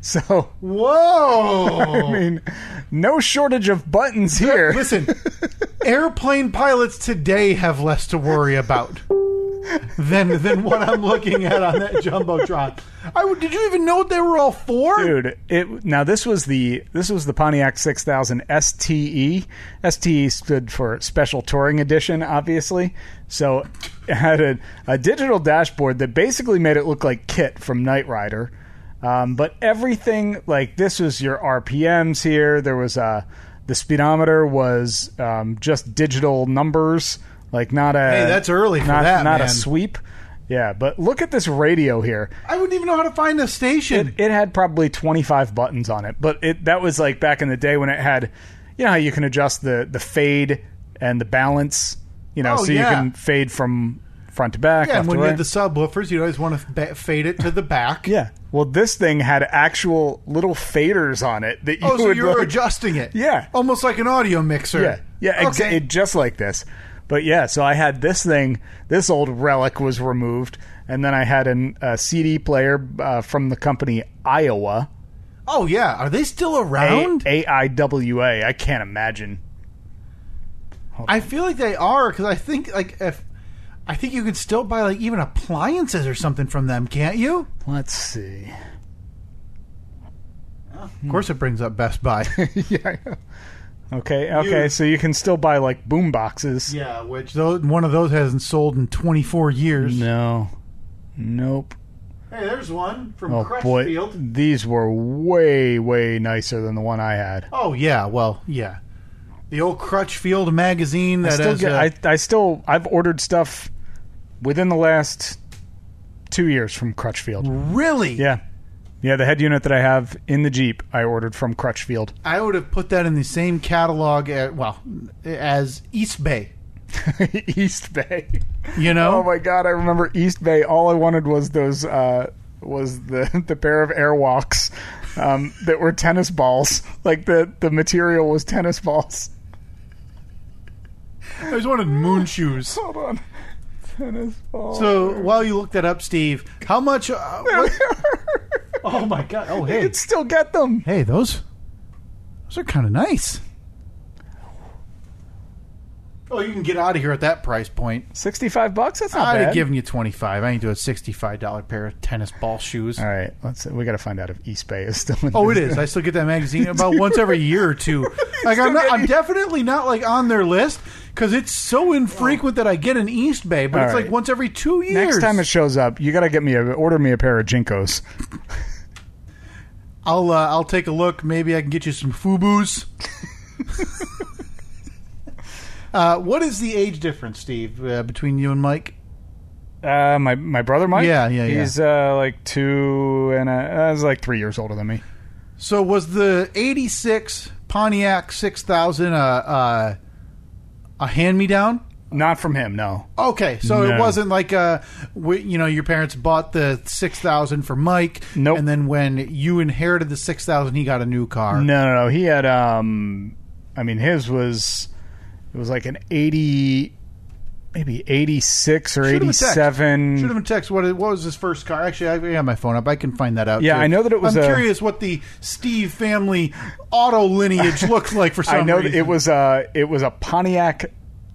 So, Whoa! [laughs] I mean, no shortage of [laughs] buttons here. [laughs] Listen, airplane pilots today have less to worry about than than what I'm looking at on that jumbotron. I would- did you even know what they were all for? Dude, it now this was the this was the Pontiac 6000 STE. STE E stood for Special Touring Edition, obviously. So it had a, a digital dashboard that basically made it look like Kit from Knight Rider. Um, but everything like this was your RPMs here. There was a the speedometer was um, just digital numbers, like not a Hey, that's early for not, that, not man. a sweep. Yeah, but look at this radio here I wouldn't even know how to find the station. it had probably 25 buttons on it but it that was like back in the day when it had you know how you can adjust the the fade and the balance you know Oh, so yeah. you can fade from front to back yeah, left and when to you right. had the subwoofers, you always want to ba- fade it to the back. yeah well this thing had actual little faders on it that you Oh, so would you were like- adjusting it. Yeah. Almost like an audio mixer. yeah yeah exa- Okay. it- just like this but yeah so i had this thing this old relic was removed and then i had an, a cd player uh, from the company iowa oh, yeah. Are they still A- around? AIWA. I can't imagine. I feel like they are because I think like if I think you could still buy like even appliances or something from them, can't you? Let's see. Of course, it brings up Best Buy. [laughs] [laughs] yeah. Okay. Okay. You- So you can still buy like boom boxes. yeah, which those, one of those hasn't sold in 24 years. No. Nope. Hey, there's one from Oh boy, Crutchfield. these were way way nicer than the one I had. Oh yeah, well yeah, the old Crutchfield magazine I Oh, that still has get, a- I, I still I've ordered stuff within the last two years from Crutchfield. Mm-hmm. really. Yeah, yeah, the head unit that I have in the Jeep I ordered from Crutchfield. [laughs] I would have put that in the same catalog, at, well, as East Bay. East Bay. You know, Oh my god, I remember East Bay. All I wanted was those uh was the [laughs] the pair of airwalks um that were tennis balls. Like the the material was tennis balls. [laughs] I just wanted moon shoes. Hold on. Tennis balls. So while you look that up, Steve, how much? Uh, what, [laughs] oh my God! Oh you hey, could still get them. hey, those those are kind of nice. Oh, you can get out of here at that price point. 65 bucks? That's not I'd have bad. given you twenty five. I ain't do a sixty five dollar pair of tennis ball shoes. All right. Let's we got to find out if East Bay is still in Oh, it business. is. I still get that [laughs] magazine about once every year or two. Like I'm, Still not, I'm getting- definitely not like on their list because it's so infrequent that I get an East Bay, but Oh. All it's right. like once every two years. [laughs] Next time it shows up, you got to get me a order me a pair of Jinkos. I'll uh, I'll take a look. Maybe I can get you some [laughs] Fubu's. uh, what is the age difference, Steve, uh, between you and Mike? Uh, my my brother Mike. Yeah, yeah, yeah. He's uh like two and a, uh, he's like three years older than me. So was the '86 Pontiac 6000 uh, uh, a hand me down? Not from him, no. Okay, so No. it wasn't like uh, we, you know, your parents bought the six thousand for Mike, Nope. and then when you inherited the six thousand, he got a new car. No, no, no. He had um I mean his was it was like an 80 maybe 86 or Shoot him a text. Shoot him 87. a text. What, what was his first car? Actually, I I have my phone up. I can find that out. Yeah, too. I know that it was I'm a- curious what the Steve family auto [laughs] lineage looks like for some I know that reason. it was a it was a Pontiac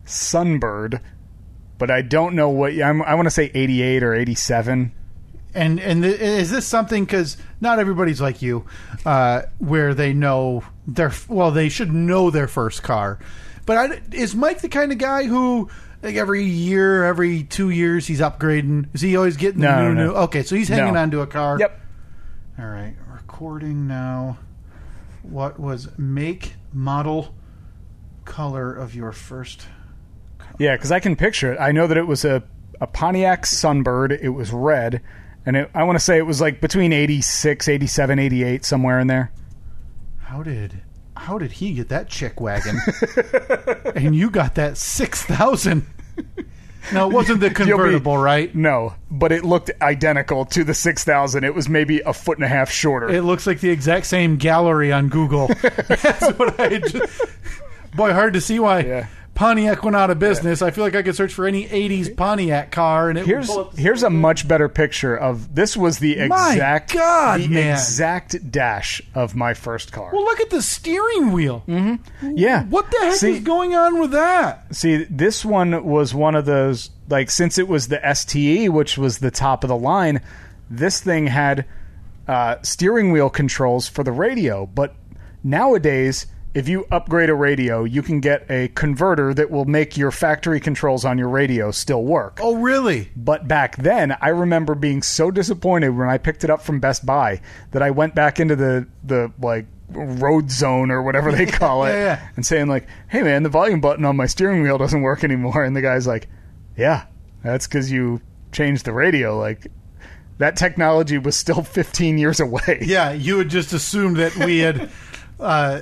Sunbird, but I don't know what I'm, I want to say 88 or 87. And and th- is this something? Because not everybody's like you, uh, where they know their well, they should know their first car. But I, is Mike the kind of guy who like every year, every two years, he's upgrading? Is he always getting No, the new no. new? Okay, so he's hanging No. on to a car. Yep. All right, recording now. What was make, model, color of your first? Yeah, because I can picture it. I know that it was a, a Pontiac Sunbird. It was red. And it, I want to say it was like between 86, 87, 88, somewhere in there. How did how did he get that chick [laughs] wagon? and you got that six thousand. Now it [laughs] wasn't the convertible, right? No, but it looked identical to the 6000. It was maybe a foot and a half shorter. It looks like the exact same gallery on [laughs] Google. That's what I. Just, boy, hard to see why Yeah. Pontiac went out of business. I feel like I could search for any '80s Pontiac car, and it would here's pull up- here's a much better picture of this was the My exact God, the man. exact dash of my first car. Well, look at the steering wheel. yeah. What the heck See- is going on with that? See, this one was one of those like since it was the STE, which was the top of the line. This thing had uh, steering wheel controls for the radio, but nowadays, if you upgrade a radio, you can get a converter that will make your factory controls on your radio still work. Oh, really? But back then, I remember being so disappointed when I picked it up from Best Buy that I went back into the the like road zone or whatever they call [laughs] it Yeah, yeah. and saying like, "Hey man, the volume button on my steering wheel doesn't work anymore." And the guy's like, "Yeah, that's cuz you changed the radio like that technology was still [laughs] 15 years away." Yeah, you had just assumed that we [laughs] had uh,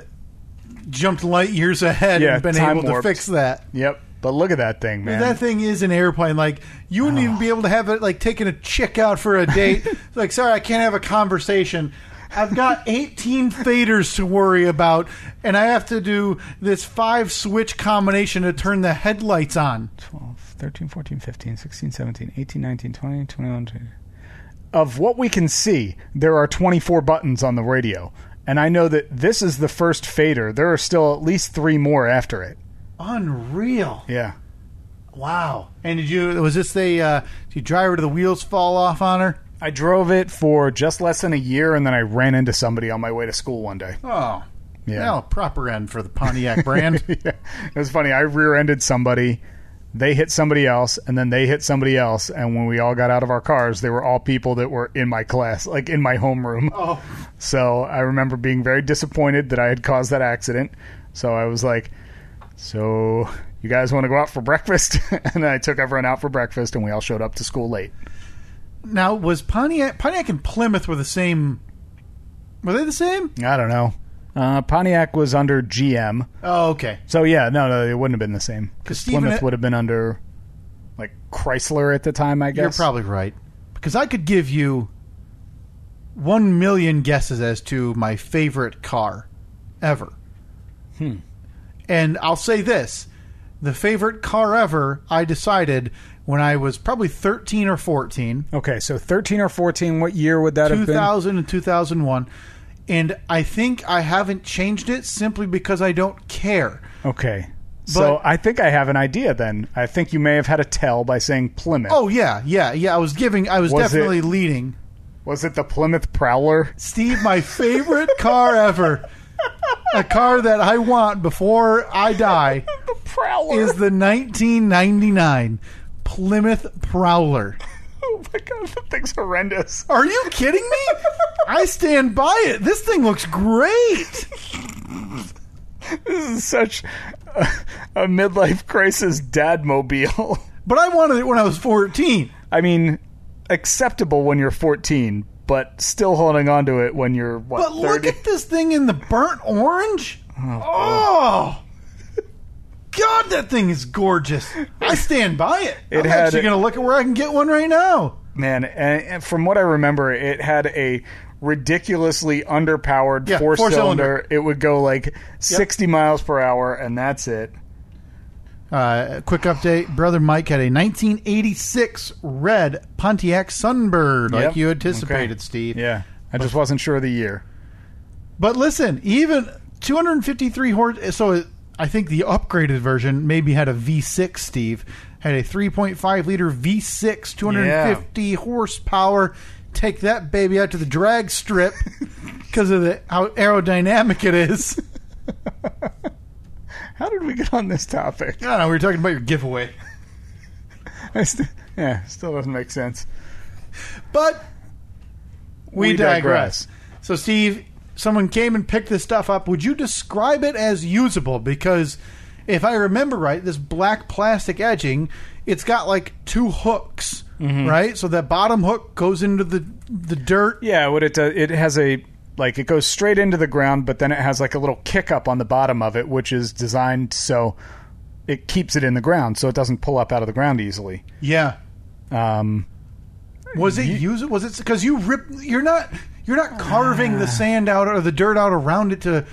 jumped light years ahead Yeah, and been time able warped. to fix that. Yep. But look at that thing, man. That thing is an airplane. Like you wouldn't even be able to have it. Like taking a chick out for a [laughs] date. It's like, sorry, I can't have a conversation. I've [laughs] got 18 faders to worry about, and I have to do this five switch combination to turn the headlights on. 12, 13, 14, 15, 16, 17, 18, 19, 20, 21, 22. Of what we can see, there are 24 buttons on the radio. And I know that this is the first fader. There are still at least three more after it. Unreal. Yeah. Wow. And did you? Was this the? Uh, did you drive her to the wheels fall off on her? I drove it for just less than a year, and then I ran into somebody on my way to school one day. Oh. Yeah. [laughs] Well, proper end for the Pontiac brand. yeah. It was funny. I rear ended somebody They hit somebody else, and then they hit somebody else. And when we all got out of our cars, they were all people that were in my class, like in my homeroom. [laughs] Oh, So I remember being very disappointed that I had caused that accident. So I was like, So you guys want to go out for breakfast? [laughs] and I took everyone out for breakfast, and we all showed up to school late. now was Pontiac Pontiac and Plymouth were the same? Were they the same? I don't know. Uh, Pontiac was under GM. Oh, okay. So yeah, no, no, it wouldn't have been the same. 'Cause Because Stephen- Plymouth would have been under like Chrysler at the time, I guess. You're probably right because I could give you one million guesses as to my favorite car ever. Hmm. And I'll say this: the favorite car ever I decided when I was probably 13 or 14. Okay, so 13 or 14, what year would that have been? 2000 and 2001 and i think i haven't changed it simply because i don't care Okay. so But- I think I have an idea then. I think you may have had a tell by saying Plymouth. oh yeah yeah yeah i was giving i was, Was definitely it- leading Was it the Plymouth Prowler? steve my favorite car ever a car that i want before i die The Prowler. is the 1999 plymouth prowler [laughs] oh my god, that thing's horrendous. are you kidding me i stand by it this thing looks great This is such a, a midlife crisis dad mobile. [laughs] but i wanted it when i was 14 I mean, acceptable when you're 14, but still holding on to it when you're what? But look 30? at this thing in the burnt orange. Oh, God, that thing is gorgeous. I stand by it. It I'm had- actually going to look at where I can get one right now. man, and, and from what I remember, it had a ridiculously underpowered Yeah, four four-cylinder. cylinder. It would go like 60 miles per hour, and that's it. Uh, quick update: Brother Mike had a 1986 red Pontiac Sunbird, Yep. like you anticipated, Okay. Steve. Yeah, I just wasn't sure of the year. But listen, even 253 horse. So it, I think the upgraded version maybe had a V6. Steve had a 3.5 liter V6, 250 horsepower. Take that baby out to the drag strip because of the how aerodynamic it is. [laughs] How did we get on this topic? I don't know. We were talking about your giveaway, [laughs] I st- yeah, still doesn't make sense. but we, We digress. digress. So, Steve, someone came and picked this stuff up. Would you describe it as usable? Because if I remember right, this black plastic edging, it's got like two hooks, Mm-hmm. right? So that bottom hook goes into the the dirt. Yeah, what it does, it has a like it goes straight into the ground, but then it has like a little kick up on the bottom of it, which is designed so it keeps it in the ground, so it doesn't pull up out of the ground easily. Yeah. Um, Was it use Was it because you rip? You're not. You're not carving the sand out or the dirt out around it to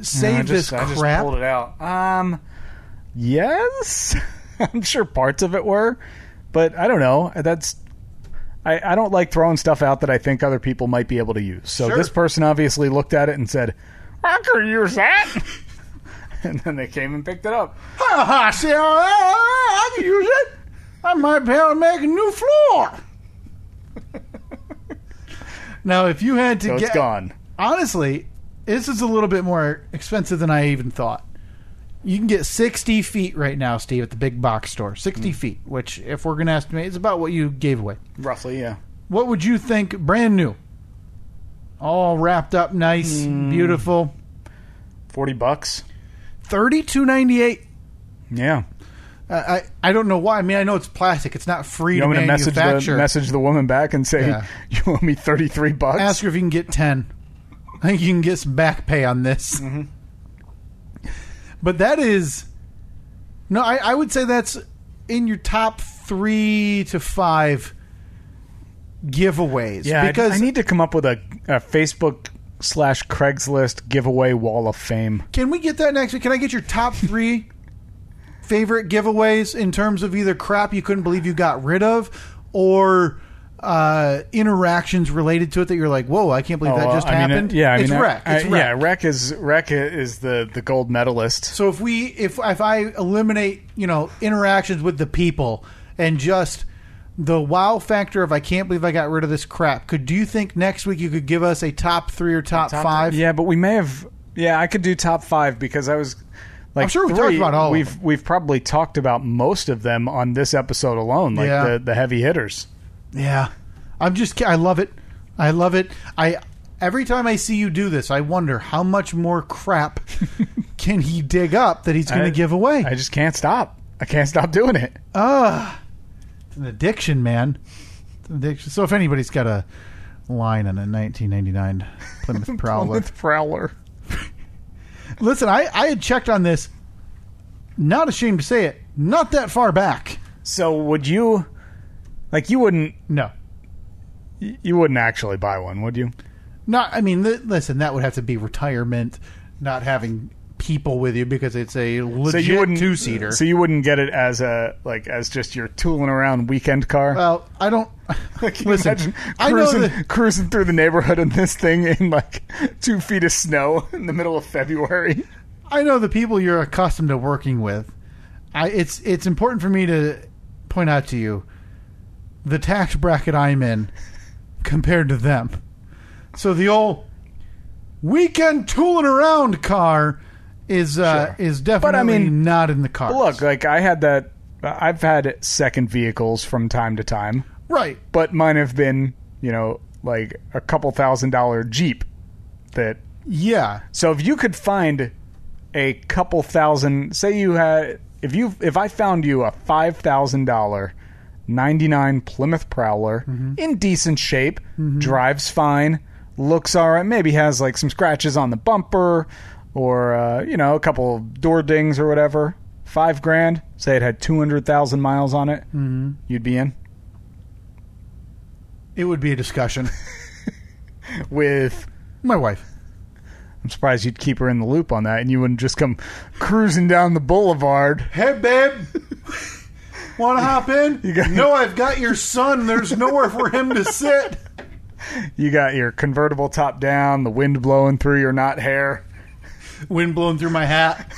save Ah. I just, this I just crap. pulled it out. Um, yes, [laughs] I'm sure parts of it were, but I don't know. That's I, I don't like throwing stuff out that I think other people might be able to use. So Sure. this person obviously looked at it and said, [laughs] "I could use that," and then they came and picked it up. Ha ha! See, I, "Oh, I can use it. I might be able to make a new floor. [laughs] now, if you had to So get it's gone. honestly, this is a little bit more expensive than I even thought. You can get 60 feet right now, Steve, at the big box store. 60 Hmm. feet, which, if we're going to estimate, is about what you gave away. Roughly, yeah. What would you think, brand new? All wrapped up, nice, Hmm. beautiful. 40 bucks. 32.98. Yeah. I, I I don't know why. I mean, I know it's plastic. It's not free You to want me to message the, manufacture. message the woman back and say, Yeah. [laughs] you owe me 33 bucks? Ask her if you can get ten. I think you can get some back pay on this. Mm-hmm. But that is no. I, I would say that's in your top three to five giveaways. yeah, because I, I need to come up with a, a Facebook slash Craigslist giveaway wall of fame. can we get that next week? Can I get your top three favorite giveaways in terms of either crap you couldn't believe you got rid of or uh, interactions related to it that you're like, whoa, I can't believe that Well, just I mean, happened. uh, yeah, I it's mean, I- wreck. I- It's wreck. yeah, Rec is Rec i- is the, the gold medalist. So if we if if I eliminate you know interactions with the people and just the wow factor of I can't believe I got rid of this crap. Could do you think next week you could give us a top three or top, five? Yeah, but we may have. Yeah, I could do top five because I was. Like I'm sure we three, talked about all of We've we've probably talked about most of them on this episode alone. Like Yeah. the the heavy hitters. Yeah, I'm just. ki- I love it. I love it. I every time I see you do this, I wonder how much more [laughs] crap can he dig up that he's going I- to give away. I just can't stop. I can't stop doing it. Ah, it's an addiction, man. It's an addiction. So if anybody's got a line on a [laughs] 1999 Plymouth Prowler, With Prowler. listen, I I had checked on this. Not ashamed to say it. Not that far back. So would you like you wouldn't No. you wouldn't actually buy one, would you? Not, I mean, li- listen, that would have to be retirement, not having people with you because it's a legit you wouldn't two seater. So you wouldn't get it as a like as just your tooling around weekend car. [laughs] well, I don't. [laughs] Can you listen, imagine I know cruising, that cruising through the neighborhood in this thing in like two feet of snow [laughs] in the middle of February. I know the people you're accustomed to working with. I it's it's important for me to point out to you the tax bracket I'm in compared to them. So the old weekend tooling around car is uh, Sure. is definitely mean, not in the car. Look, uh, like I had that. I've had second vehicles from time to time, right. but mine have been you know like a couple thousand dollar Jeep that Yeah. So if you could find a couple thousand, say you had, if you, if I found you a five thousand dollar, ninety nine Plymouth Prowler in decent shape, drives fine, looks all right, maybe has like some scratches on the bumper, or uh, you know a couple door dings or whatever. Five grand. Say it had two hundred thousand miles on it. Mm-hmm. You'd be in It would be a [laughs] discussion. with. My wife. I'm surprised you'd keep her in the loop on that, and you wouldn't just come cruising down the boulevard. Hey, babe. Want to hop [laughs] in? You got- no, I've got your son. There's nowhere for him to [laughs] sit. You got your convertible top down, the wind blowing through your knot hair. Wind blowing through my hat.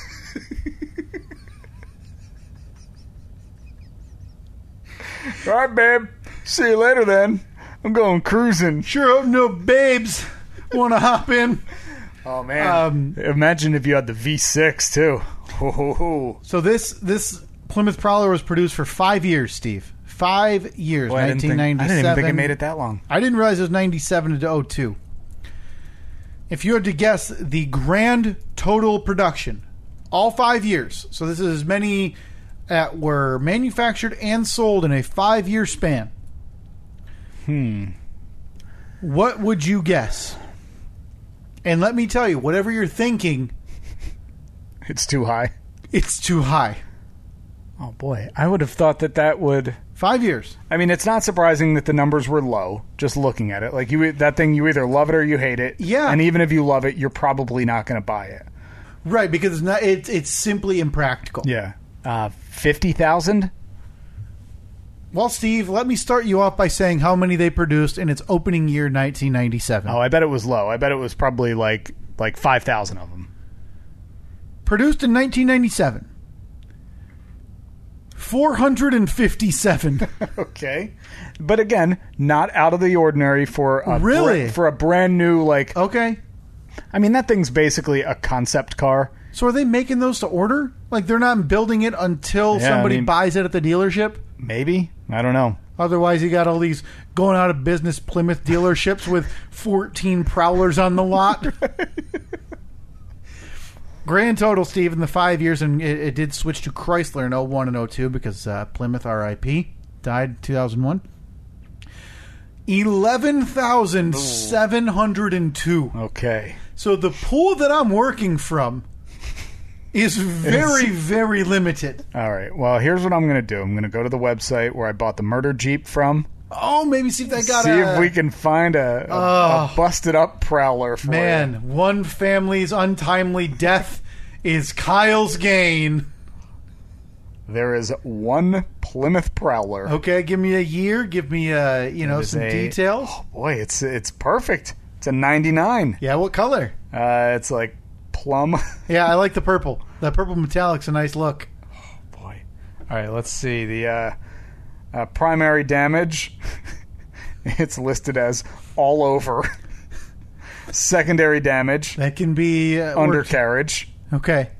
All right, babe. See you later then. I'm going cruising. Sure hope no babes want to hop in. Oh man. Um, Imagine if you had the V6 too. Ho, ho, ho. So this this Plymouth Prowler was produced for five years, Steve. Five years, Boy, I didn't think- nineteen ninety I seven. didn't even think it made it that long. I didn't realize it was ninety seven to 02. If you had to guess the grand total production, all five years. So this is as many that were manufactured and sold in a five year span. Hmm. What would you guess? And let me tell you, whatever you're thinking, It's too high. it's too high. Oh boy. I would have thought that that would Five years. I mean, it's not surprising that the numbers were low just looking at it. Like you e, that thing you either love it or you hate it. Yeah. And even if you love it, you're probably not going to buy it. Right, because it's not it's it's simply impractical. Yeah. Uh 50,000? Well, Steve, let me start you off by saying how many they produced in its opening year 1997. Oh, I bet it was low. I bet it was probably like like 5,000 of [laughs] them. Produced in 1997. [laughs] 457. Okay. But again, not out of the ordinary for a Really? bra- for a brand new like okay. I mean that thing's basically a concept car. So are they making those to order? Like they're not building it until Yeah, I somebody mean- buys it at the dealership? Maybe? I don't know. Otherwise, you got all these going out of business Plymouth dealerships with 14 prowlers on the [laughs] lot. Grand total, Steve, in the five years, and it, it did switch to Chrysler in 01 and 02 because uh, Plymouth RIP died in 2001. 11,702. Okay. So the pool that I'm working from [laughs] is very, very limited. All right. Well, here's what I'm going to do. I'm going to go to the website where I bought the murder jeep from. Oh, maybe see if they got see a, if we can find a, a, a busted up prowler for Man, you. one family's untimely death is Kyle's gain. There is one Plymouth prowler. Okay, give me a year, give me uh, you know is some a- Oh, details. Boy, it's it's perfect. It's a 99. Yeah, what color? Uh, it's like plum [laughs] Yeah, I like the purple. That purple metallic's a nice look. boy. All right, let's see the uh, uh, primary damage. [laughs] it's listed as all over. [laughs] Secondary damage, That can be uh, worked. undercarriage, Okay.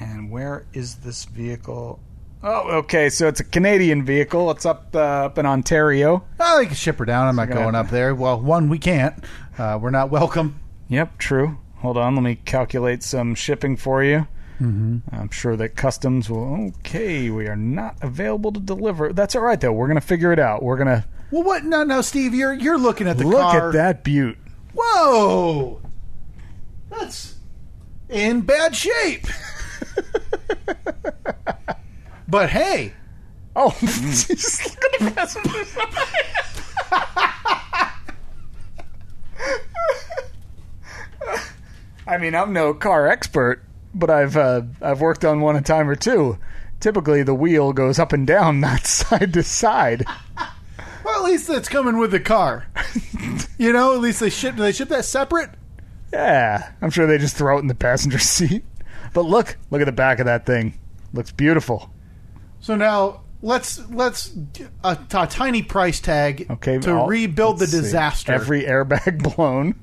and Where is this vehicle? Oh, okay. So it's a Canadian vehicle. It's up uh, up in Ontario. Oh, they can ship her down. I'm not gonna- going up there. Well, one, we can't. Uh, we're not welcome. Yep, true. Hold on, let me calculate some shipping for you. Mm-hmm. I'm sure that customs will. Okay, we are not available to deliver. That's all right though. We're gonna figure it out. We're gonna Well, what? No, no, Steve, you're you're looking at the look car. at that butte. Whoa, that's in bad [laughs] shape. but hey, Oh, [laughs] just look at the passenger [laughs] I mean, I'm no car expert, but I've uh, I've worked on one a time or two. Typically, the wheel goes up and down, [laughs] not side to side. well, at least it's coming with the car. you know, at least they ship. Do they ship that separate? Yeah, I'm sure they just throw it in the passenger [laughs] seat. But look, look at the back of that thing. Looks beautiful. So now let's let's a, a tiny price tag Okay, to I'll- rebuild the let's see. disaster. Every airbag [laughs] blown,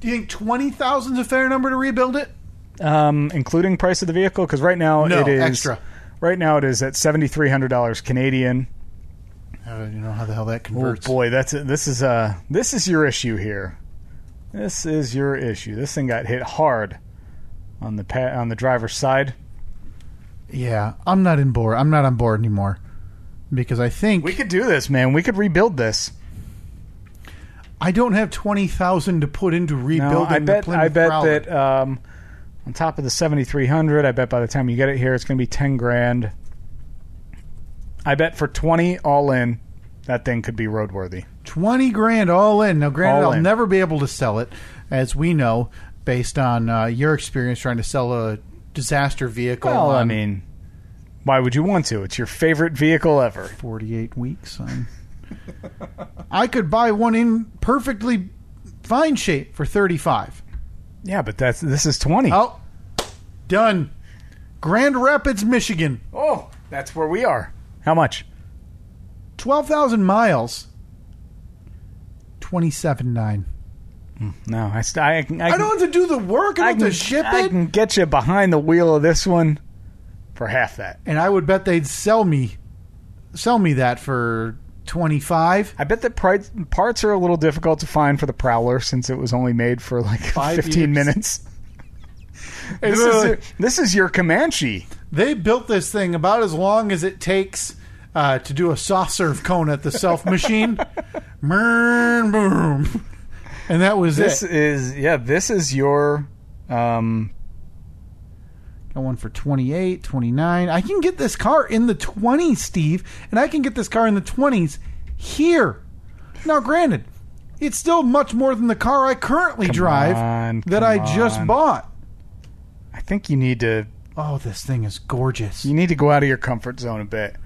Do you think twenty thousand is a fair number to rebuild it? um, including price of the vehicle, because right now No, it is extra. Right now it is at seventy three hundred dollars Canadian. I don't even know how the hell that Oh converts. boy, that's a, this is uh this is your issue here. This is your issue. This thing got hit hard on the pa- on the driver's side. Yeah, I'm not in board. I'm not on board anymore because I think We could do this, man. We could rebuild this. I don't have twenty thousand to put into rebuilding. No, I the bet Plymouth I bet Prowler. that um, on top of the seventy three hundred, I bet by the time you get it here, it's going to be ten grand. I bet for twenty all in, that thing could be roadworthy. twenty grand all in. Now, granted, All I'll in. never be able to sell it, as we know, based on uh, your experience trying to sell a disaster vehicle. Well, I on mean, why would you want to? It's your favorite vehicle ever. forty-eight weeks. i I could buy one in perfectly fine shape for thirty-five. Yeah, but that's this is twenty. Oh, done. Grand Rapids, Michigan. Oh, that's where we are. How much? 12,000 miles. 27.9. No, I, st- I, I, can- I don't have to do the work. I I don't can, have to ship I it. can get you behind the wheel of this one for half that. And I would bet they'd sell me sell me that for 25. I bet that pri- parts are a little difficult to find for the Prowler since it was only made for like Five 15 years. [laughs] minutes. This is, your, this is your Comanche. they built this thing about as long as it takes uh, to do a soft serve cone at the self machine. Burn, boom. And that was This it. is yeah. This is your. Um, Got one for 28, 29. I can get this car in the 20s, Steve, and I can get this car in the 20s here. Now, granted, it's still much more than the car I currently drive on, that come I just on. bought. I think you need to Oh, this thing is gorgeous. you need to go out of your comfort zone a bit.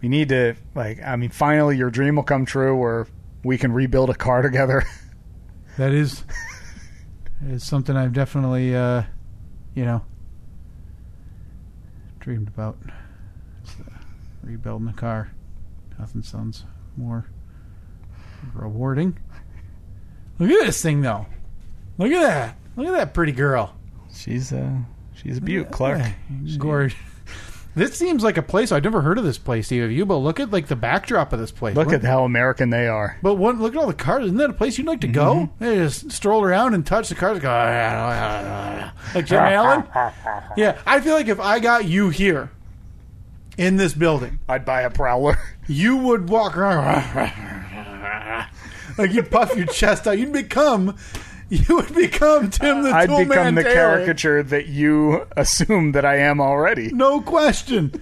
You need to like I mean finally your dream will come true where we can rebuild a car [laughs] together. That is, that is something I've definitely, uh, you know, dreamed about. It's, uh, Rebuilding a car. Nothing sounds more rewarding. Look at this thing, though. Look at that. Look at that pretty girl. She's uh she's a beaut, Clark. Gorge. [laughs] This seems like a place I've never heard of. This place, either of you, but look at like the backdrop of this place. Look We're- at how American they are. But one, look at all the cars. Isn't that a place you'd like to go? Mm-hmm. They just stroll around and touch the cars. Go, "Ah, ah, ah, ah," like [laughs] Jim Allen. Yeah, I feel like if I got you here in this building, I'd buy a prowler. [laughs] you would walk around [laughs] like you'd puff your chest out. You'd become, you would become Tim the I'd Toolman become the Taylor. caricature that you assume that I am already. No question.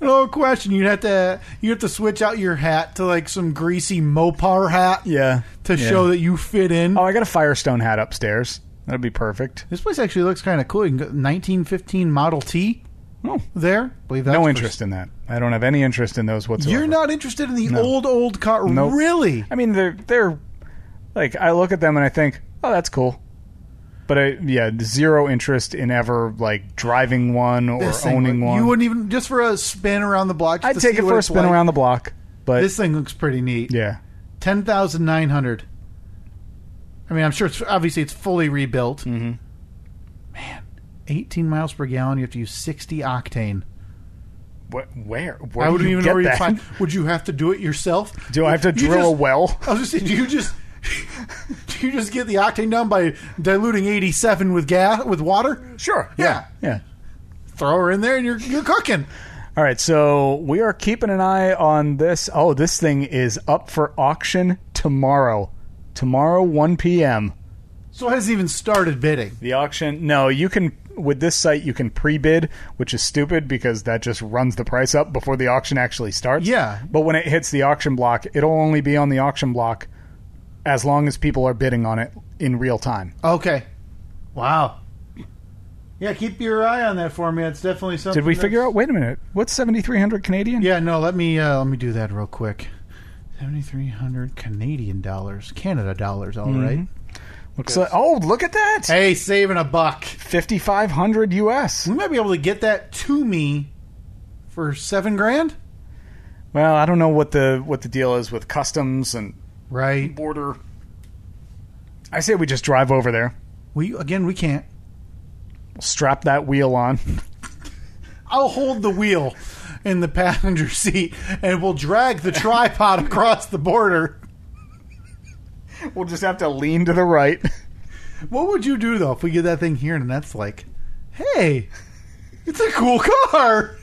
No question. You'd have to you have to switch out your hat to like some greasy Mopar hat Yeah. to show that you fit in. Oh, I got a Firestone hat upstairs. That'd be perfect. This place actually looks kind of cool. You can go 1915 Model T Oh, there. Believe that. no interest in that. I don't have any interest in those whatsoever. You're not interested in the No. old old car, Nope. really? I mean, they're they're like I look at them and I think, oh, that's cool, but I, yeah, zero interest in ever like driving one or This thing owning look- one. You wouldn't even just for a spin around the block. just I'd to take see it what for a it's spin like. around the block, but This thing looks pretty neat. yeah, Ten thousand nine hundred. Mm-hmm. I mean, I'm sure it's obviously it's fully rebuilt. Man, 18 miles per gallon. You have to use 60 octane. Where? Where, where I do wouldn't you even know get where you'd that? find. Would you have to do it yourself? Do I have to You drill a just- well? I was just saying, do you just [laughs] do you just get the octane down by diluting 87 with gas with water? Sure. Yeah. Yeah. Throw her in there, and you're you're cooking. All right, so we are keeping an eye on this. Oh, this thing is up for auction tomorrow. Tomorrow, 1 p.m. So it hasn't even started bidding. The auction. No, you can with this site you can pre-bid, which is stupid because that just runs the price up before the auction actually starts. Yeah. But when it hits the auction block, it'll only be on the auction block as long as people are bidding on it in real time. Okay. Wow. Yeah, keep your eye on that for me. It's definitely something. Did we that's- figure out? Wait a minute. What's 7300 Canadian? Yeah, no. Let me uh, let me do that real quick. Seventy three hundred Canadian dollars, Canada dollars. All right. Mm-hmm. Looks like, oh, look at that. Hey, Hmm. saving a buck. 5500 US. We might be able to get that to me for seven grand. Well, I don't know what the what the deal is with customs and Right. border. I say we just drive over there, We again. We can't. strap that wheel on. [laughs] I'll hold the wheel in the passenger seat, and we'll drag the tripod [laughs] across the border. We'll just have to lean to the right. [laughs] What would you do though if we get that thing here and that's like, hey, it's a cool car.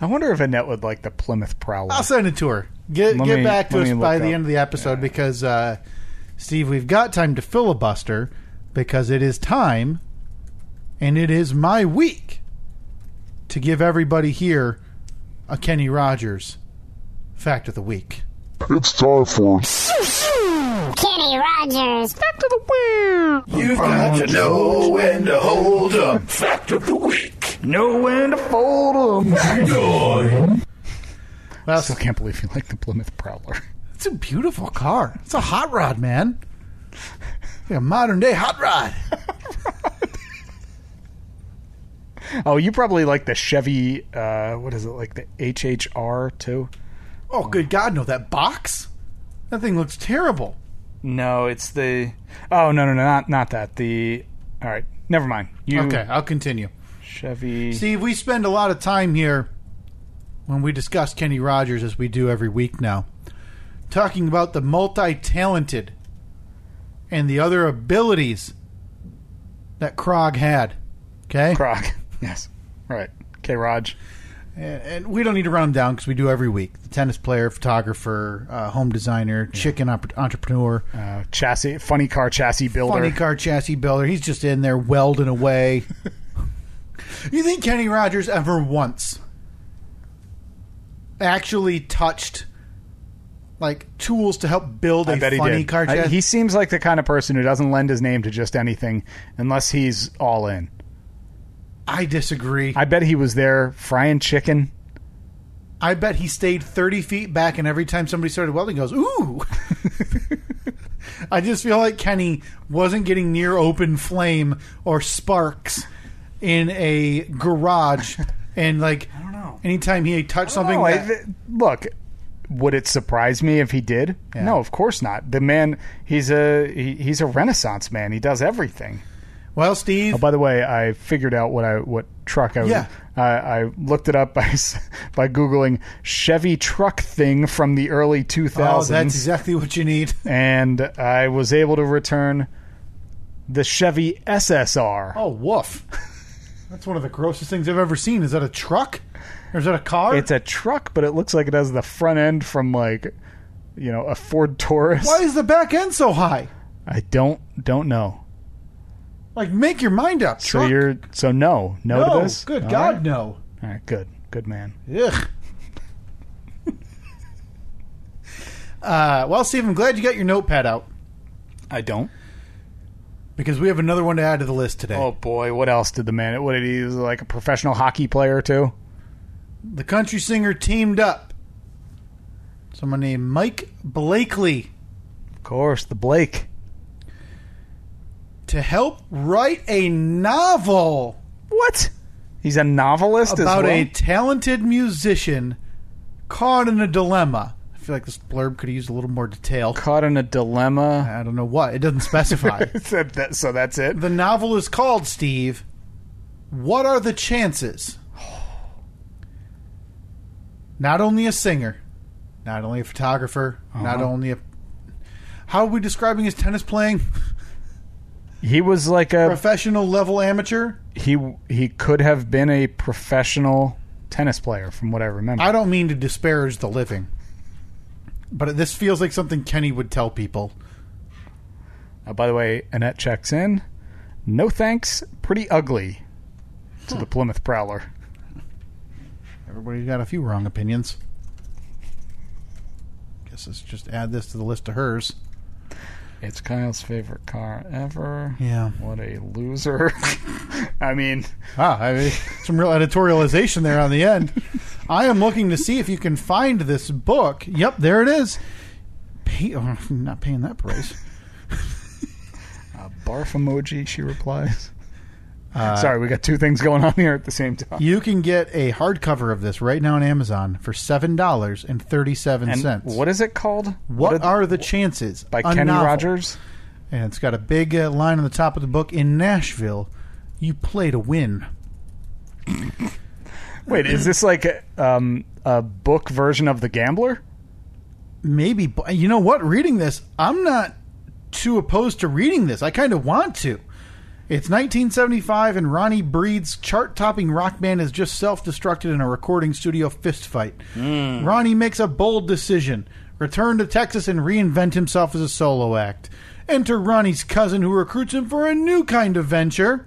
I wonder if Annette would like the Plymouth Prowler. I'll send it to her. Get Let get me- back to let us me by look the up. end of the episode because uh, Steve, we've got time to filibuster because it is time, and it is my week to give everybody here a Kenny Rogers fact of the week. It's time for Kenny Rogers. You've got to know when to hold up. Fact of the week. Know when to fold them. Well, Still can't believe you like the Plymouth Prowler. [laughs] It's a beautiful car. It's a hot rod, man. Like a modern day hot rod. Oh, you probably like the Chevy. Uh, what is it like the HHR too? Oh, good God, no, that box? That thing looks terrible. No, it's the. Oh no no no not not that the. All right, never mind. You Okay, I'll continue. Chevy. Steve, we spend a lot of time here when we discuss Kenny Rogers, as we do every week now, talking about the multi talented and the other abilities that Krog had. Okay? Croc. [laughs] Yes. Right. K. Raj. And, and we don't need to run them down because we do every week. The tennis player, photographer, uh, home designer, chicken op- entrepreneur, Uh, chassis. Funny car chassis builder. funny car chassis builder. He's just in there welding [laughs] away. you think Kenny Rogers ever once actually touched like tools to help build a I bet he funny did. car I- chassis? he seems like the kind of person who doesn't lend his name to just anything unless he's all in. I disagree. I bet he was there frying chicken. I bet he stayed 30 feet back, and every time somebody started welding, he goes, Ooh! [laughs] I just feel like Kenny wasn't getting near open flame or sparks in a [laughs] garage. And, like, I don't know. anytime he touched something, No, I- that- th- look, would it surprise me if he did? No, of course not. The man, he's a he, he's a renaissance man. He does everything. well, Steve, Oh, by the way, I figured out what I what truck I was. Yeah. I, I looked it up [laughs] by s- by googling Chevy truck thing from the early two oh, thousands. that's exactly what you need. and I was able to return the Chevy SSR. [laughs] Oh, woof. That's one of the grossest things I've ever seen. Is that a truck? Or is that a car? It's a truck, but it looks like it has the front end from like, you know, a Ford Taurus. Why is the back end so high? I don't don't know. Like, make your mind up. So truck. you're so no no, no, to this. good All God, right. no. All right, good good man. Ugh. [laughs] uh, well, Steve, I'm glad you got your notepad out I don't. because we have another one to add to the list today. Oh boy, what else did the man? What did he he was like a professional hockey player too? The country singer teamed up. Someone named Mike Blakely Of course, the Blake. to help write a novel What? He's a novelist about as well. a talented musician caught in a dilemma. I feel like this blurb could have used a little more detail. Caught in [laughs] a dilemma. I don't [laughs] know what. It doesn't specify. That- that- so that's it. the novel is called Steve What are the chances? Not only a singer, not only a photographer, not Uh-huh. only a. How are we describing his tennis [laughs] playing? He was like a Professional level amateur? he he could have been a professional tennis player from what I remember. I don't mean to disparage the living, but this feels like something Kenny would tell people. Uh, by the way, Annette checks in. No thanks. Pretty ugly to the Plymouth Prowler. Everybody's got a few wrong opinions. Guess let's just add this to the list of hers. It's Kyle's favorite car ever. Yeah. What a loser. [laughs] I mean, Ah, I mean, some real editorialization there on the [laughs] end. I am looking to see if you can find this book. Yep, there it is. Pay, oh, I'm not paying that [laughs] price. a barf emoji, she replies. Uh, [laughs] Sorry, we got two things going on here at the same time. You can get a hardcover of this right now on Amazon for seven dollars and thirty-seven And cents. what is it called? What did- are the chances? by A Kenny novel. Rogers? And it's got a big uh, line on the top of the book in Nashville. You play to win. Wait, is this like a, um, a book version of The Gambler? Maybe, but you know what? Reading this, I'm not too opposed to reading this. I kind of want to. It's 1975, and Ronnie Breed's chart topping rock band is just self destructed in a recording studio fistfight. Ronnie makes a bold decision return to Texas and reinvent himself as a solo act. Enter Ronnie's cousin, who recruits him for a new kind of venture.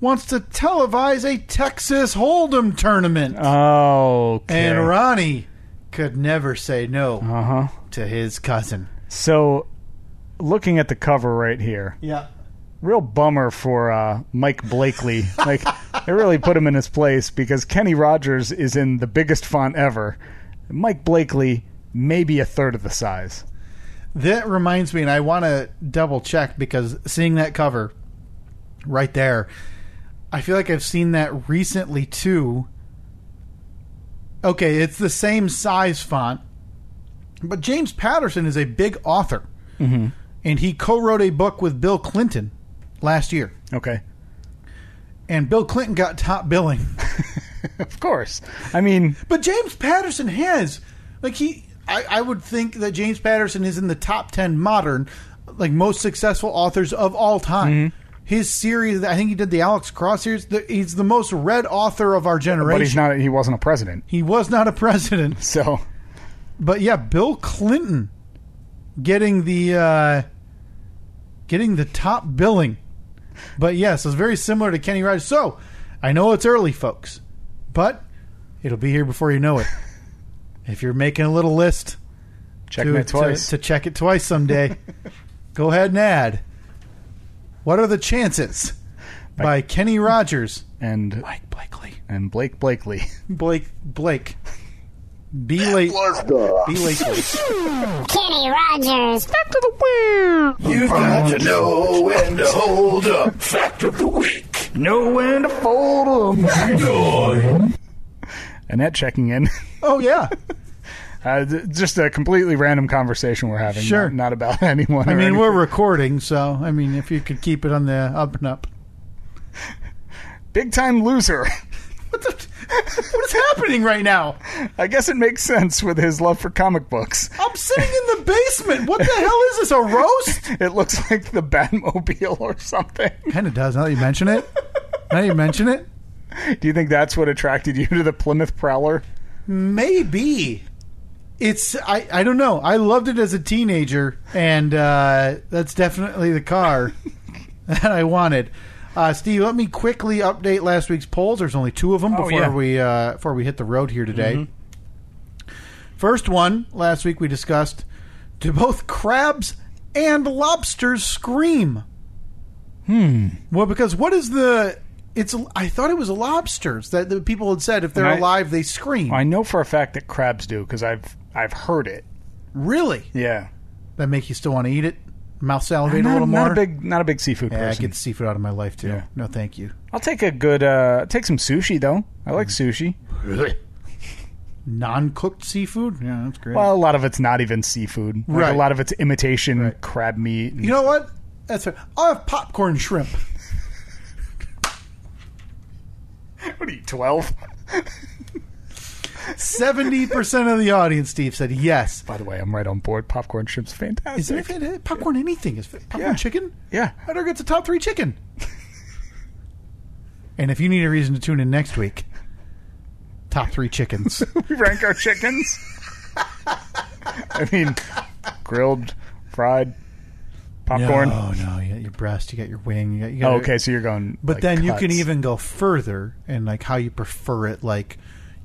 Wants to televise a Texas Hold'em tournament. Oh, okay. And Ronnie could never say no Uh huh. to his cousin. So, looking at the cover right here, Yeah. real bummer for uh, Mike Blakely. [laughs] Like, they really put him in his place because Kenny Rogers is in the biggest font ever. Mike Blakely, maybe a third of the size. That reminds me, and I want to double check because seeing that cover right there, I feel like I've seen that recently too. Okay, it's the same size font, but James Patterson is a big author, and he co wrote a book with Bill Clinton last year. Okay. [laughs] And Bill Clinton got top billing. Of course. I mean, But James Patterson has, like, he. I, I would think that James Patterson is in the top ten modern, like, most successful authors of all Mm-hmm. time. His series, I think he did the Alex Cross series. The, he's the most read author of our generation. but he's not. He wasn't a president. He was not a president, So, but yeah, Bill Clinton getting the uh, getting the top billing. But yes, it's very similar to Kenny Rogers. So I know it's early, folks, but it'll be here before you know it. if you're making a little list checking to, it twice. to, to check it twice someday, go ahead and add. What are the chances? By, Kenny Rogers, and Blake Blakely, and Blake Blakely. [laughs] Blake Blake, be late, be Lakely. Kenny Rogers. You've got to know when to hold up. Fact of the week. Know when to fold up. Annette checking in. [laughs] Oh yeah. Uh, th- just a completely random conversation we're having. Sure. Not, not about [laughs] anyone. I or mean, we're anything. recording, so I mean, if you could keep it on the up and up. big time loser. [laughs] What the? [laughs] What is happening right now? I guess it makes sense with his love for comic books. I'm sitting in the basement. What the hell is this? A roast? It looks [laughs] like the Batmobile or something. Kind of does. Now that you mention it. Now that you mention it, Do you think that's what attracted you to the Plymouth Prowler? maybe it's. I I don't know. I loved it as a teenager, and uh, that's definitely the car [laughs] that I wanted. Uh, Steve, let me quickly update last week's polls. There's only two of them before Oh, yeah. Mm-hmm. we uh, before we hit the road here today. First one, last week we discussed do both crabs and lobsters scream? Hmm. Well, because what is the. It's I thought it was lobsters that the people had said if they're And I- alive they scream. I know for a fact that crabs do because I've I've heard it. really? Yeah. That make you still want to eat it? Mouth salivate a Not, little not more? a big not a big seafood yeah, person. get seafood out of my life too. Yeah. No, thank you. I'll take a good uh take some sushi though. I like sushi. Non-cooked seafood? Yeah, that's great. Well, a lot of it's not even seafood. Like, Right. A lot of it's imitation crab meat. and- you know what? That's fair. I'll have popcorn shrimp. What are you, 12? Seventy percent of the audience, Steve said yes. By the way, I'm right on board. Popcorn shrimp's fantastic. Is it fantastic? popcorn? Anything is popcorn Yeah. chicken. Yeah. I don't get the top three chicken. and if you need a reason to tune in next week, top three chickens. We rank our chickens. I mean, grilled, fried, [laughs] popcorn. No, no, you got your breast, you got your wing, you got. You got Oh, okay, so you're going. But like, then you can cuts. even go further and like how you prefer it, like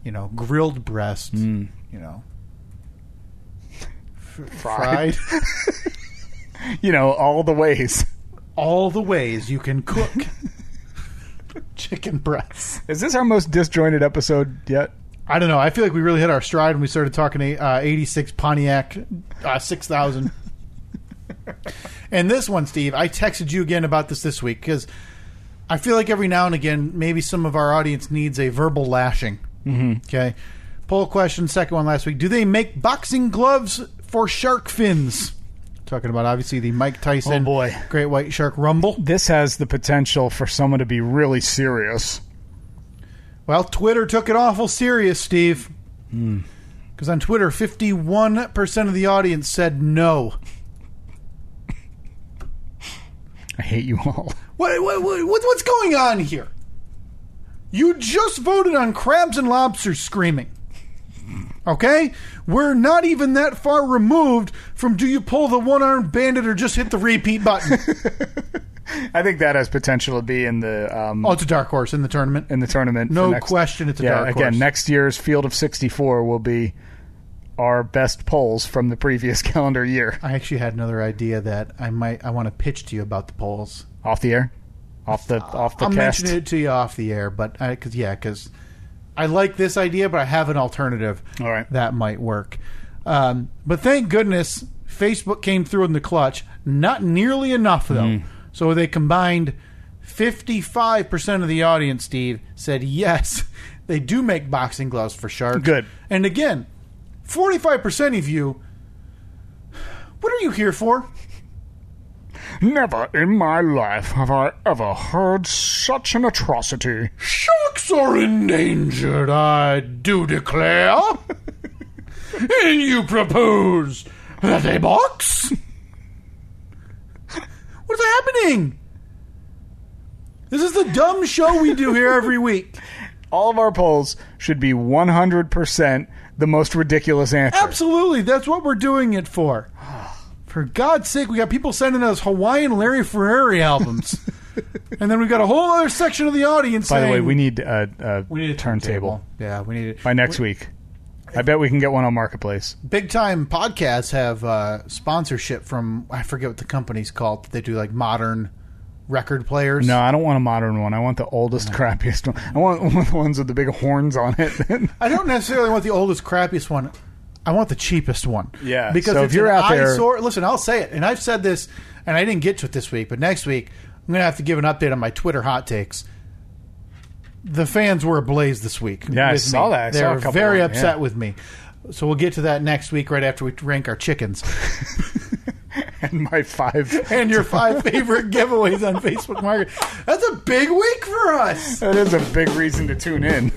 you know, grilled breast, Hmm. you know, fried. you know, all the ways. [laughs] all the ways you can [laughs] cook chicken breasts. Is this our most disjointed episode yet? I don't know. I feel like we really hit our stride when we started talking uh, 86 Pontiac uh, [laughs] 6000. and this one, Steve, I texted you again about this this week because I feel like every now and again, maybe some of our audience needs a verbal lashing. Mm-hmm. Okay. Poll question, second one last week. Do they make boxing gloves for shark fins? Talking about obviously the Mike Tyson Oh, boy. Great White Shark Rumble. This has the potential for someone to be really serious. Well, Twitter took it awful serious, Steve. Because on Twitter, 51% of the audience said no. I hate you all. [laughs] What, what, what, what- what's going on here? You just voted on crabs and lobsters screaming. Okay? We're not even that far removed from do you pull the one armed bandit or just hit the repeat button? I think that has potential to be in the um, oh, it's a dark horse in the tournament. in the tournament. for No next- question it's a yeah, dark again, horse. next year's field of 64 will be our best polls from the previous [laughs] calendar year. I actually had another idea that I might I want to pitch to you about the polls. Off the air, off the off the I'll cast. mention it to you off the air, but because yeah, because I like this idea, but I have an alternative. All right. that might work. Um, but thank goodness Facebook came through in the clutch. Not nearly enough though. Mm. So they combined fifty-five percent of the audience. Steve said yes, [laughs] they do make boxing gloves for sharks. Good. And again, forty-five percent of you. What are you here for? Never in my life have I ever heard such an atrocity. Sharks are endangered, I do [laughs] declare. and you propose that they box? What's happening? This is the dumb show we do here every [laughs] week. All of our polls should be 100% the most ridiculous answer. Absolutely, that's what we're doing it [sighs] for. For God's sake, we got people sending us Hawaiian Larry Ferrari [laughs] albums. and then we've got a whole other section of the audience By the saying, way, we need a, a We need a turntable Yeah, we need it. by next week. I bet we can get one on Marketplace. big time podcasts have uh, sponsorship from I forget what the company's called. They do like modern record players. No, I don't want a modern one. I want the oldest, crappiest one. I want one of the ones with the big horns on it. [laughs] I don't necessarily want the oldest, crappiest one. I want the cheapest one. Yeah, because so it's if you're an out there- eyesore- listen, I'll say it, and I've said this, and I didn't get to it this week, but next week I'm going to have to give an update on my Twitter hot takes. The fans were ablaze this week. Yeah, I with saw me. that. I they saw a were couple very of them, upset yeah. with me. So we'll get to that next week, right after we rank our chickens. and my five. and [laughs] your five favorite giveaways on Facebook Market. That's a big week for us. That is a big reason to tune in.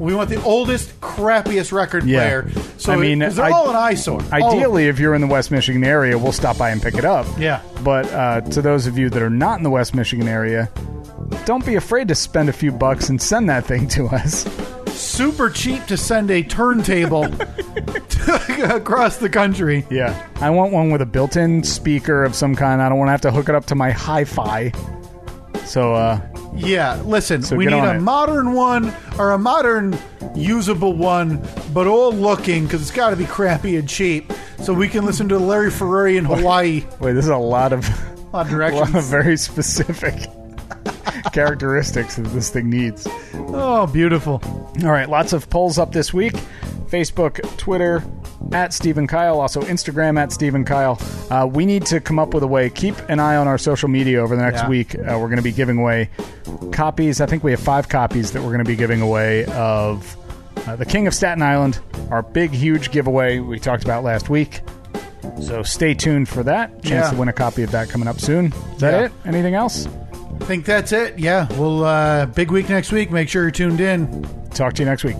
We want the oldest, crappiest record Yeah. player. So I mean, 'cause they're I- all an eyesore. All of them. Ideally, if you're in the West Michigan area, we'll stop by and pick it up. Yeah. But uh, to those of you that are not in the West Michigan area, don't be afraid to spend a few bucks and send that thing to us. super cheap to send a [laughs] turntable across the country. Yeah. I want one with a built in speaker of some kind. I don't want to have to hook it up to my hi fi. So, uh, Yeah, listen, we get need on a it. modern one or a modern usable one, but old looking because it's got to be crappy and cheap, so we can listen to Larry Ferrari [laughs] in Hawaii. wait, this is a lot of, [laughs] A lot of [laughs] a lot of directions. very specific [laughs] characteristics that this thing needs. Oh, beautiful. All right, lots of polls up this week. Facebook, Twitter, at Stephen Kyle, also Instagram at Stephen Kyle. Uh, we need to come up with a way. Keep an eye on our social media over the next Yeah. week. Uh, we're going to be giving away copies. I think we have five copies that we're going to be giving away of uh, The King of Staten Island, our big, huge giveaway we talked about last week. So stay tuned for that. Chance Yeah. to win a copy of that coming up soon. Is that Yeah. it? Anything else? think that's it. Yeah. Well, uh, big week next week. Make sure you're tuned in. Talk to you next week.